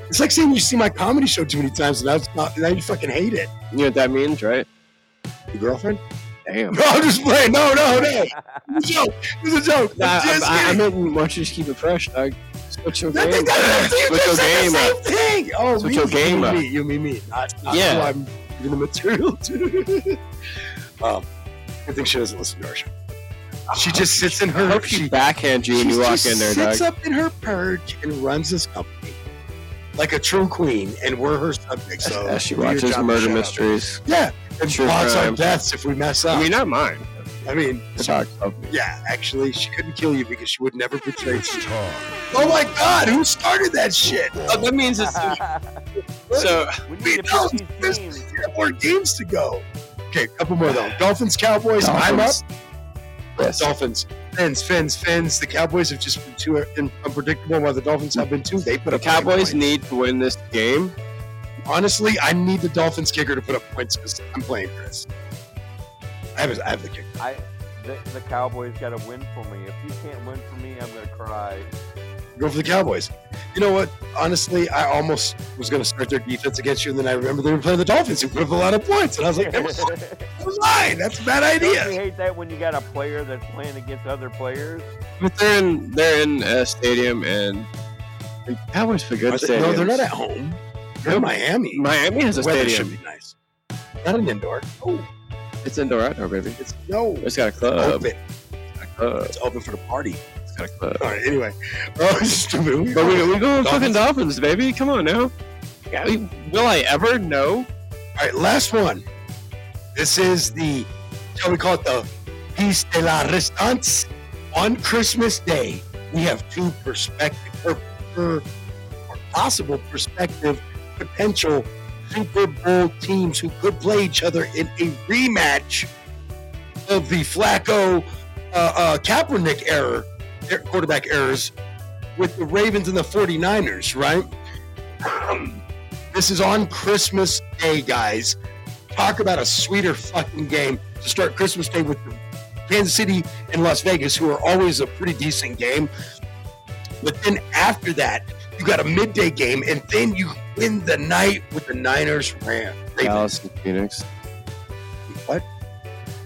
It's like saying you see my comedy show too many times, and that's not, now you fucking hate it.
You know what that means, right?
Your girlfriend?
Damn.
No, I'm just playing. No, no, no. It's a joke. It's a joke.
Nah,
I'm just
I, I, I
kidding.
meant why don't you just keep it fresh, dog? Switch your
That-
game.
that- that- you
Switch your
just said
game
the
up.
same thing. Oh,
Switch
me,
your game
you
up.
mean me, you mean me. Not, not
Yeah.
who I'm giving the material to. um, I think she doesn't listen to our show. She just sits in her.
Uh, I hope she backhands you when
she
you walk
just
in there,
sits
dog.
up in her perch and runs this company like a true queen, and we're her subject. So
As she
do your
watches
job and
murder
shut up.
mysteries.
Yeah, and
True
plots our
crime.
deaths if we mess up.
I mean, not mine.
I mean,
The dog.
yeah, actually, she couldn't kill you because she would never betray you. Oh my God, who started that shit? Oh, that means it's
so.
We know there's more games to go. Okay, a couple more though. Dolphins, Cowboys. I'm up.
Dolphins. Yes.
Dolphins. Fins, fins, fins. The Cowboys have just been too un- unpredictable. While the Dolphins have been too, they put
The
up nine
Cowboys
points.
need to win this game.
Honestly, I need the Dolphins kicker to put up points because I'm playing Chris. I have, a, I have the kicker.
I the, the Cowboys got to win for me. If you can't win for me, I'm gonna cry.
Go for the Cowboys. You know what? Honestly, I almost was going to start their defense against you, and then I remember they were playing the Dolphins, who put up a lot of points, and I was like, never mind. Never mind. That's a bad
Don't you
idea.
hate that when you got a player that's playing against other players?
But they're in they're in a stadium and the Cowboys for good
Are they- no,
stadium.
they're not at home. They're in Miami.
Miami has a
Weather
stadium.
should be nice. Not an indoor. Oh,
It's indoor outdoor, baby.
It's no.
It's uh, got a club.
open.
It's got a club.
It's open for the party.
Oh. It's got a club.
All right. Anyway, oh, it's stupid.
But we we going fucking
Dolphins.
Dolphins, baby. Come on now.
Yeah.
We- Will I ever? No.
All right, last one. This is the, shall we call it the Piece de la Restance? On Christmas Day, we have two perspective, or, or- or possible perspective, potential Super Bowl teams who could play each other in a rematch of the Flacco uh, uh, Kaepernick error, er- quarterback errors, with the Ravens and the 49ers, right? This is on Christmas Day, guys. Talk about a sweeter fucking game to start Christmas Day with the Kansas City and Las Vegas, who are always a pretty decent game. But then after that, you got a midday game, and then you win the night with the Niners Rams.
Dallas and Phoenix.
What?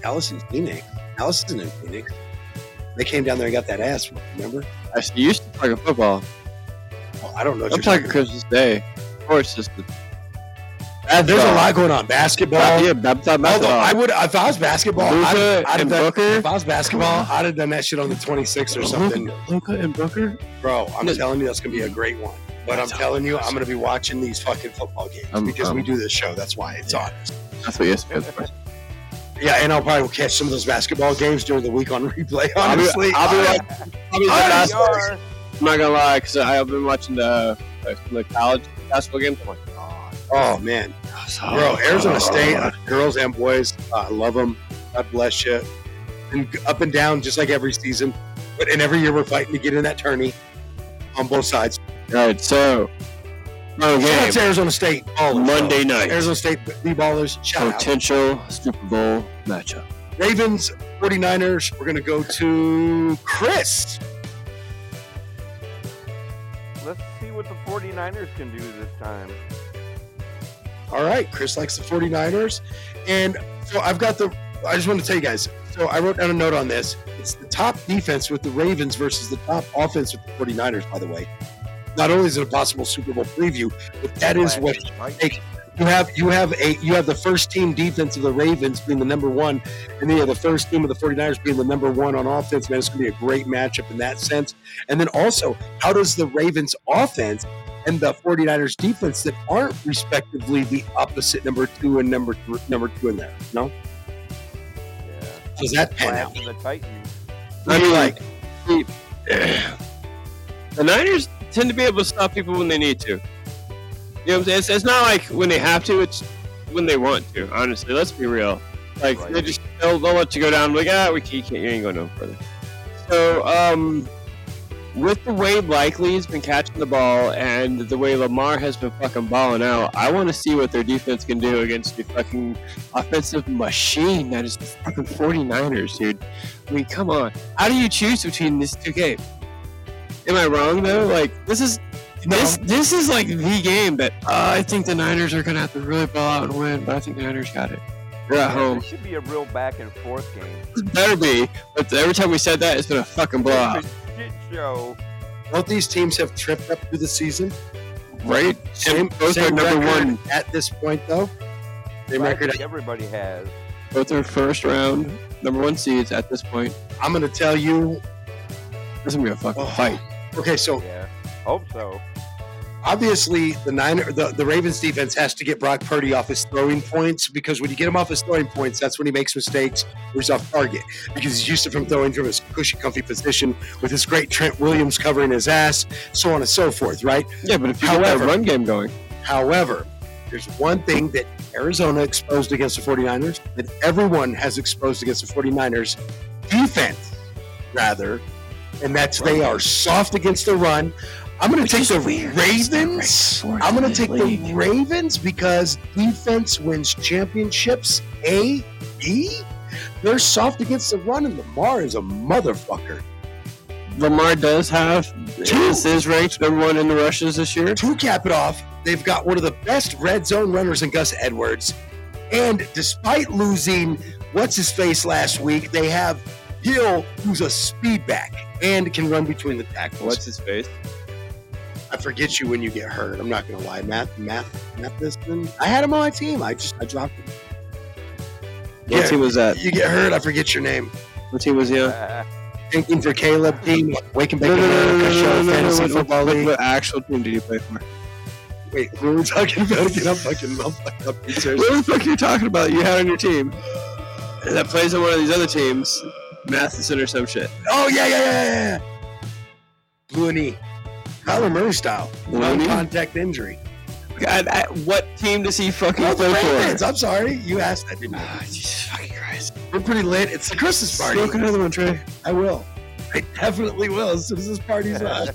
Dallas and Phoenix. Dallas isn't in Phoenix. They came down there and got that ass. whooped, Remember?
I s- you used to talk football.
Well, I don't know. what
I'm
you're
talking
about.
Christmas Day. Of course, it's the
There's a
basketball.
lot going on. Basketball.
Yeah, basketball.
Although I would, if I was basketball, I'd,
Luka
I'd have
and
done,
Booker.
if I was basketball, I'd have done that shit on the 26th or something.
Luka and Booker.
Bro, I'm
No.
telling you, that's gonna be a great one. But I'm telling you, I'm gonna be watching these fucking football games
I'm-
because we
I'm-
do this show. That's why it's on.
That's what yesterday was. for.
Yeah, and I'll probably catch some of those basketball games during the week on replay.
I'll be-
Honestly,
I'll be
I-
like, I'll be the
I-
best.
Yar.
I'm not gonna lie, because I've been watching the, uh, the college basketball games. I'm like,
oh man, bro,
Oh,
Arizona State, uh, girls and boys, uh, I love them. God bless you. And g- up and down, just like every season. But and every year we're fighting to get in that tourney on both sides.
All right, so no
Shout out to
game
Arizona State. Ballers.
Monday night.
Arizona State B ballers. Shout out.
potential Super Bowl matchup.
Ravens, 49ers. We're going to go to Chris.
Let's see what the 49ers can do this time.
All right. Chris likes the 49ers. And so I've got the, I just want to tell you guys. So I wrote down a note on this. It's the top defense with the Ravens versus the top offense with the 49ers, by the way. Not only is it a possible Super Bowl preview, but that is what Hey, you have you have a you have the first team defense of the Ravens being the number one, and then you have the first team of the 49ers being the number one on offense. Man, it's going to be a great matchup in that sense. And then also, how does the Ravens offense and the 49ers defense that aren't respectively the opposite number two and number three, number two in there? No,
Yeah.
does that pan out?
Class of the Titans.
I mean, like the, the Niners tend to be able to stop people when they need to. You know, what I'm saying? It's, it's not like when they have to; it's when they want to. Honestly, let's be real. Like they just they'll, they'll let you go down. Like ah, we can't, you can't- you ain't going no further. So um, with the way Likely has been catching the ball and the way Lamar has been fucking balling out, I want to see what their defense can do against the fucking offensive machine that is the fucking 49ers, dude. I mean, come on. How do you choose between these two games? Am I wrong though? Like this is This this is like the game that uh, I think the Niners are gonna have to really ball out and win, but I think the Niners got it. They're at home.
This should be a real back and forth game.
It better be, but every time we said that, it's been a fucking blowout,
Shit show.
Both these teams have tripped up through the season.
right?
Same,
and both
same
are number
record
one.
at this point, though. Same
I
record.
think Everybody has.
Both are first round number one seeds at this point.
I'm gonna tell you. Oh.
This is gonna be a fucking fight.
Okay, so
yeah, hope so.
Obviously, the Niner, the, the Ravens defense has to get Brock Purdy off his throwing points because when you get him off his throwing points, that's when he makes mistakes or he's off target because he's used to from throwing from his cushy, comfy position with his great Trent Williams covering his ass, so on and so forth, right?
Yeah, but if you get that run game going,
However, there's one thing that Arizona exposed against the 49ers that everyone has exposed against the 49ers defense, rather, and that's they are soft against the run. I'm going to take the Ravens. I'm going to take the Ravens because defense wins championships. A, B. They're soft against the run, and Lamar is a motherfucker.
Lamar does have this is ranked number one in the rushes this year.
To cap it off, they've got one of the best red zone runners in Gus Edwards. And despite losing what's his face last week, they have Hill, who's a speed back and can run between the tackles.
What's his face?
I forget you when you get hurt. I'm not gonna lie, Math, Math, Math. This I had him on my team. I just I dropped him.
What
Yeah,
team was that?
You get hurt. I forget your name.
What team was he on?
Thinking for Caleb team. Wake and bake
No, no, no,
America
no, no,
show
no, no,
fantasy
what-
football
what-
league.
What actual team did he play for?
Wait, we were talking about again. I'm fucking, I'm fucking up.
What the fuck are you talking about? You had on your team that plays on one of these other teams, Matheson or some shit.
Oh yeah, yeah, yeah, yeah, yeah. Blew a knee. Kyler Murray style.
Blew a knee?
Non-contact injury.
God, I, what team does he fucking
Oh, the
play
Ravens.
for?
I'm sorry, you asked that, didn't you?
Jesus fucking Christ!
We're pretty lit. It's the Christmas party.
Smoke another one, Trey.
I will. I definitely will as soon as this party's on.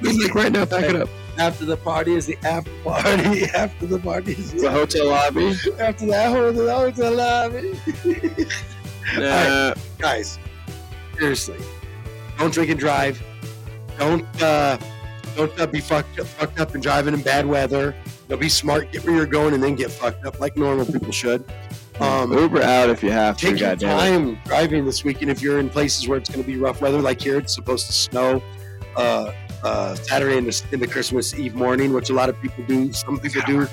Music right now, back it up.
After the party is the after party. After the party is
The hotel lobby.
After that, hold the hotel lobby.
Nah.
Guys, seriously, don't drink and drive. Don't uh, don't uh, be fucked up, fucked up and driving in bad weather. Don't be smart. Get where you're going and then get fucked up like normal people should. Um,
Uber out if you have to.
Take your
goddamn it.
time driving this weekend if you're in places where it's going to be rough weather. Like here, it's supposed to snow uh, uh, Saturday in the, in the Christmas Eve morning, which a lot of people do. Some people do.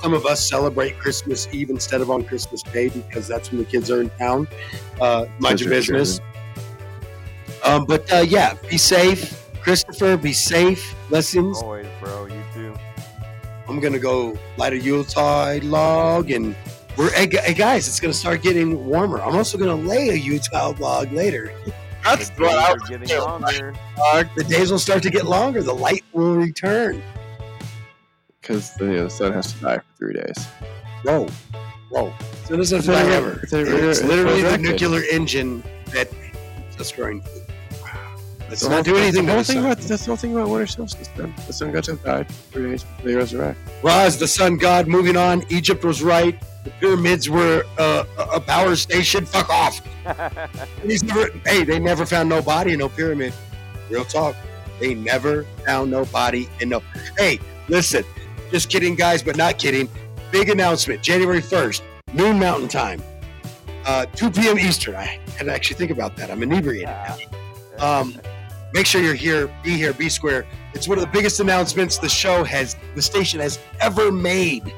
Some of us celebrate Christmas Eve instead of on Christmas Day because that's when the kids are in town. Uh, mind your
Those are
business. Um, but uh, yeah, be safe, Christopher. Be safe. Lessons.
Always, bro. You too.
I'm gonna go light a Yuletide log, and we're hey, gu- hey guys, it's gonna start getting warmer. I'm also gonna lay a Yuletide log later. That's
Days are getting longer.
Uh, The days will start to get longer. The light will return.
Because you know, the sun has to die for three days.
Whoa, whoa! So this
It's
is
literally-
whatever.
it's literally-
It's literally the
resurrected.
nuclear engine that destroying. Let's
The
not
whole-
do anything.
The
to
whole
the
thing
sun.
about that's the whole thing about winter solstice. Man. The sun gods have died for three days. before They resurrect.
Raz, the sun god, moving on. Egypt was right. The pyramids were uh, a a power station. Fuck off. And he's never, hey, they never found no body in no pyramid. Real talk. They never found no body in no. Hey, listen, just kidding, guys, but not kidding. Big announcement January 1st, noon mountain time, uh, 2 p.m. Eastern. I had to actually think about that. I'm inebriated now. Um, make sure you're here, be here, be square. It's one of the biggest announcements the show has, the station has ever made,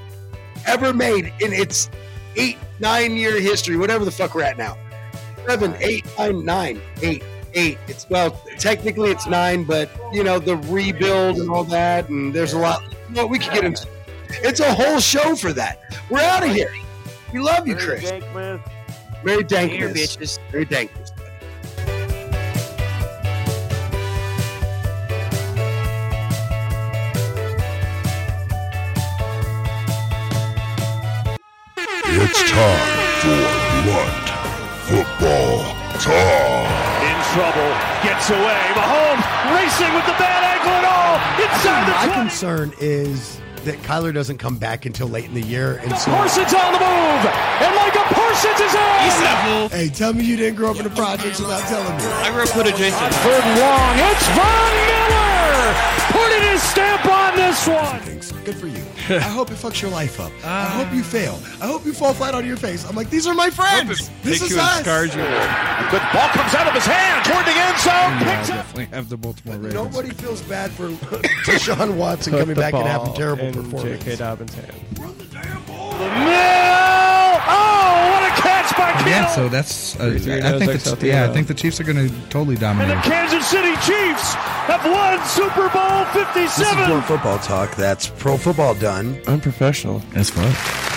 ever made in its eight, nine year history, whatever the fuck we're at now. Seven, eight, nine, nine, eight, eight. It's well, technically it's nine, but you know the rebuild and all that, and there's a lot. Well, we could get into. It's a whole show for that. We're out of here. We love you, Chris. Mary Dankness.
bitches.
Mary Dankness.
It's time for blunt football talk.
In trouble, gets away. Mahomes racing with the bad ankle and all
I think
inside
my
the 20.
concern is
that Kyler doesn't come back until late in the year. And so,
Parsons on the move, and Micah Parsons is in.
hey, tell me you didn't grow up in the projects without telling me.
I grew up with a Jason.
Third and long. It's Von Miller putting his stamp on this one.
Good for you. I hope it fucks your life up. I hope you fail. I hope you fall flat on your face. I'm like, these are my friends. This is us.
Good ball comes out of his hand toward the end zone. Picks up.
Definitely have the Baltimore Ravens.
Nobody feels bad for Deshaun Watson
Put
coming
the
back and having
ball
terrible
in
performance.
J.K. Dobbins' hand.
The mill. Oh, what a catch by
Yeah,
Kittle.
so that's. Uh,
Three,
I
no,
think
six,
the,
South
yeah, I
Carolina.
think the Chiefs are going to totally
And
dominate.
the Kansas City Chiefs have won Super Bowl
This is
57.
Pro Football Talk. That's Pro Football Done.
Unprofessional.
That's fun.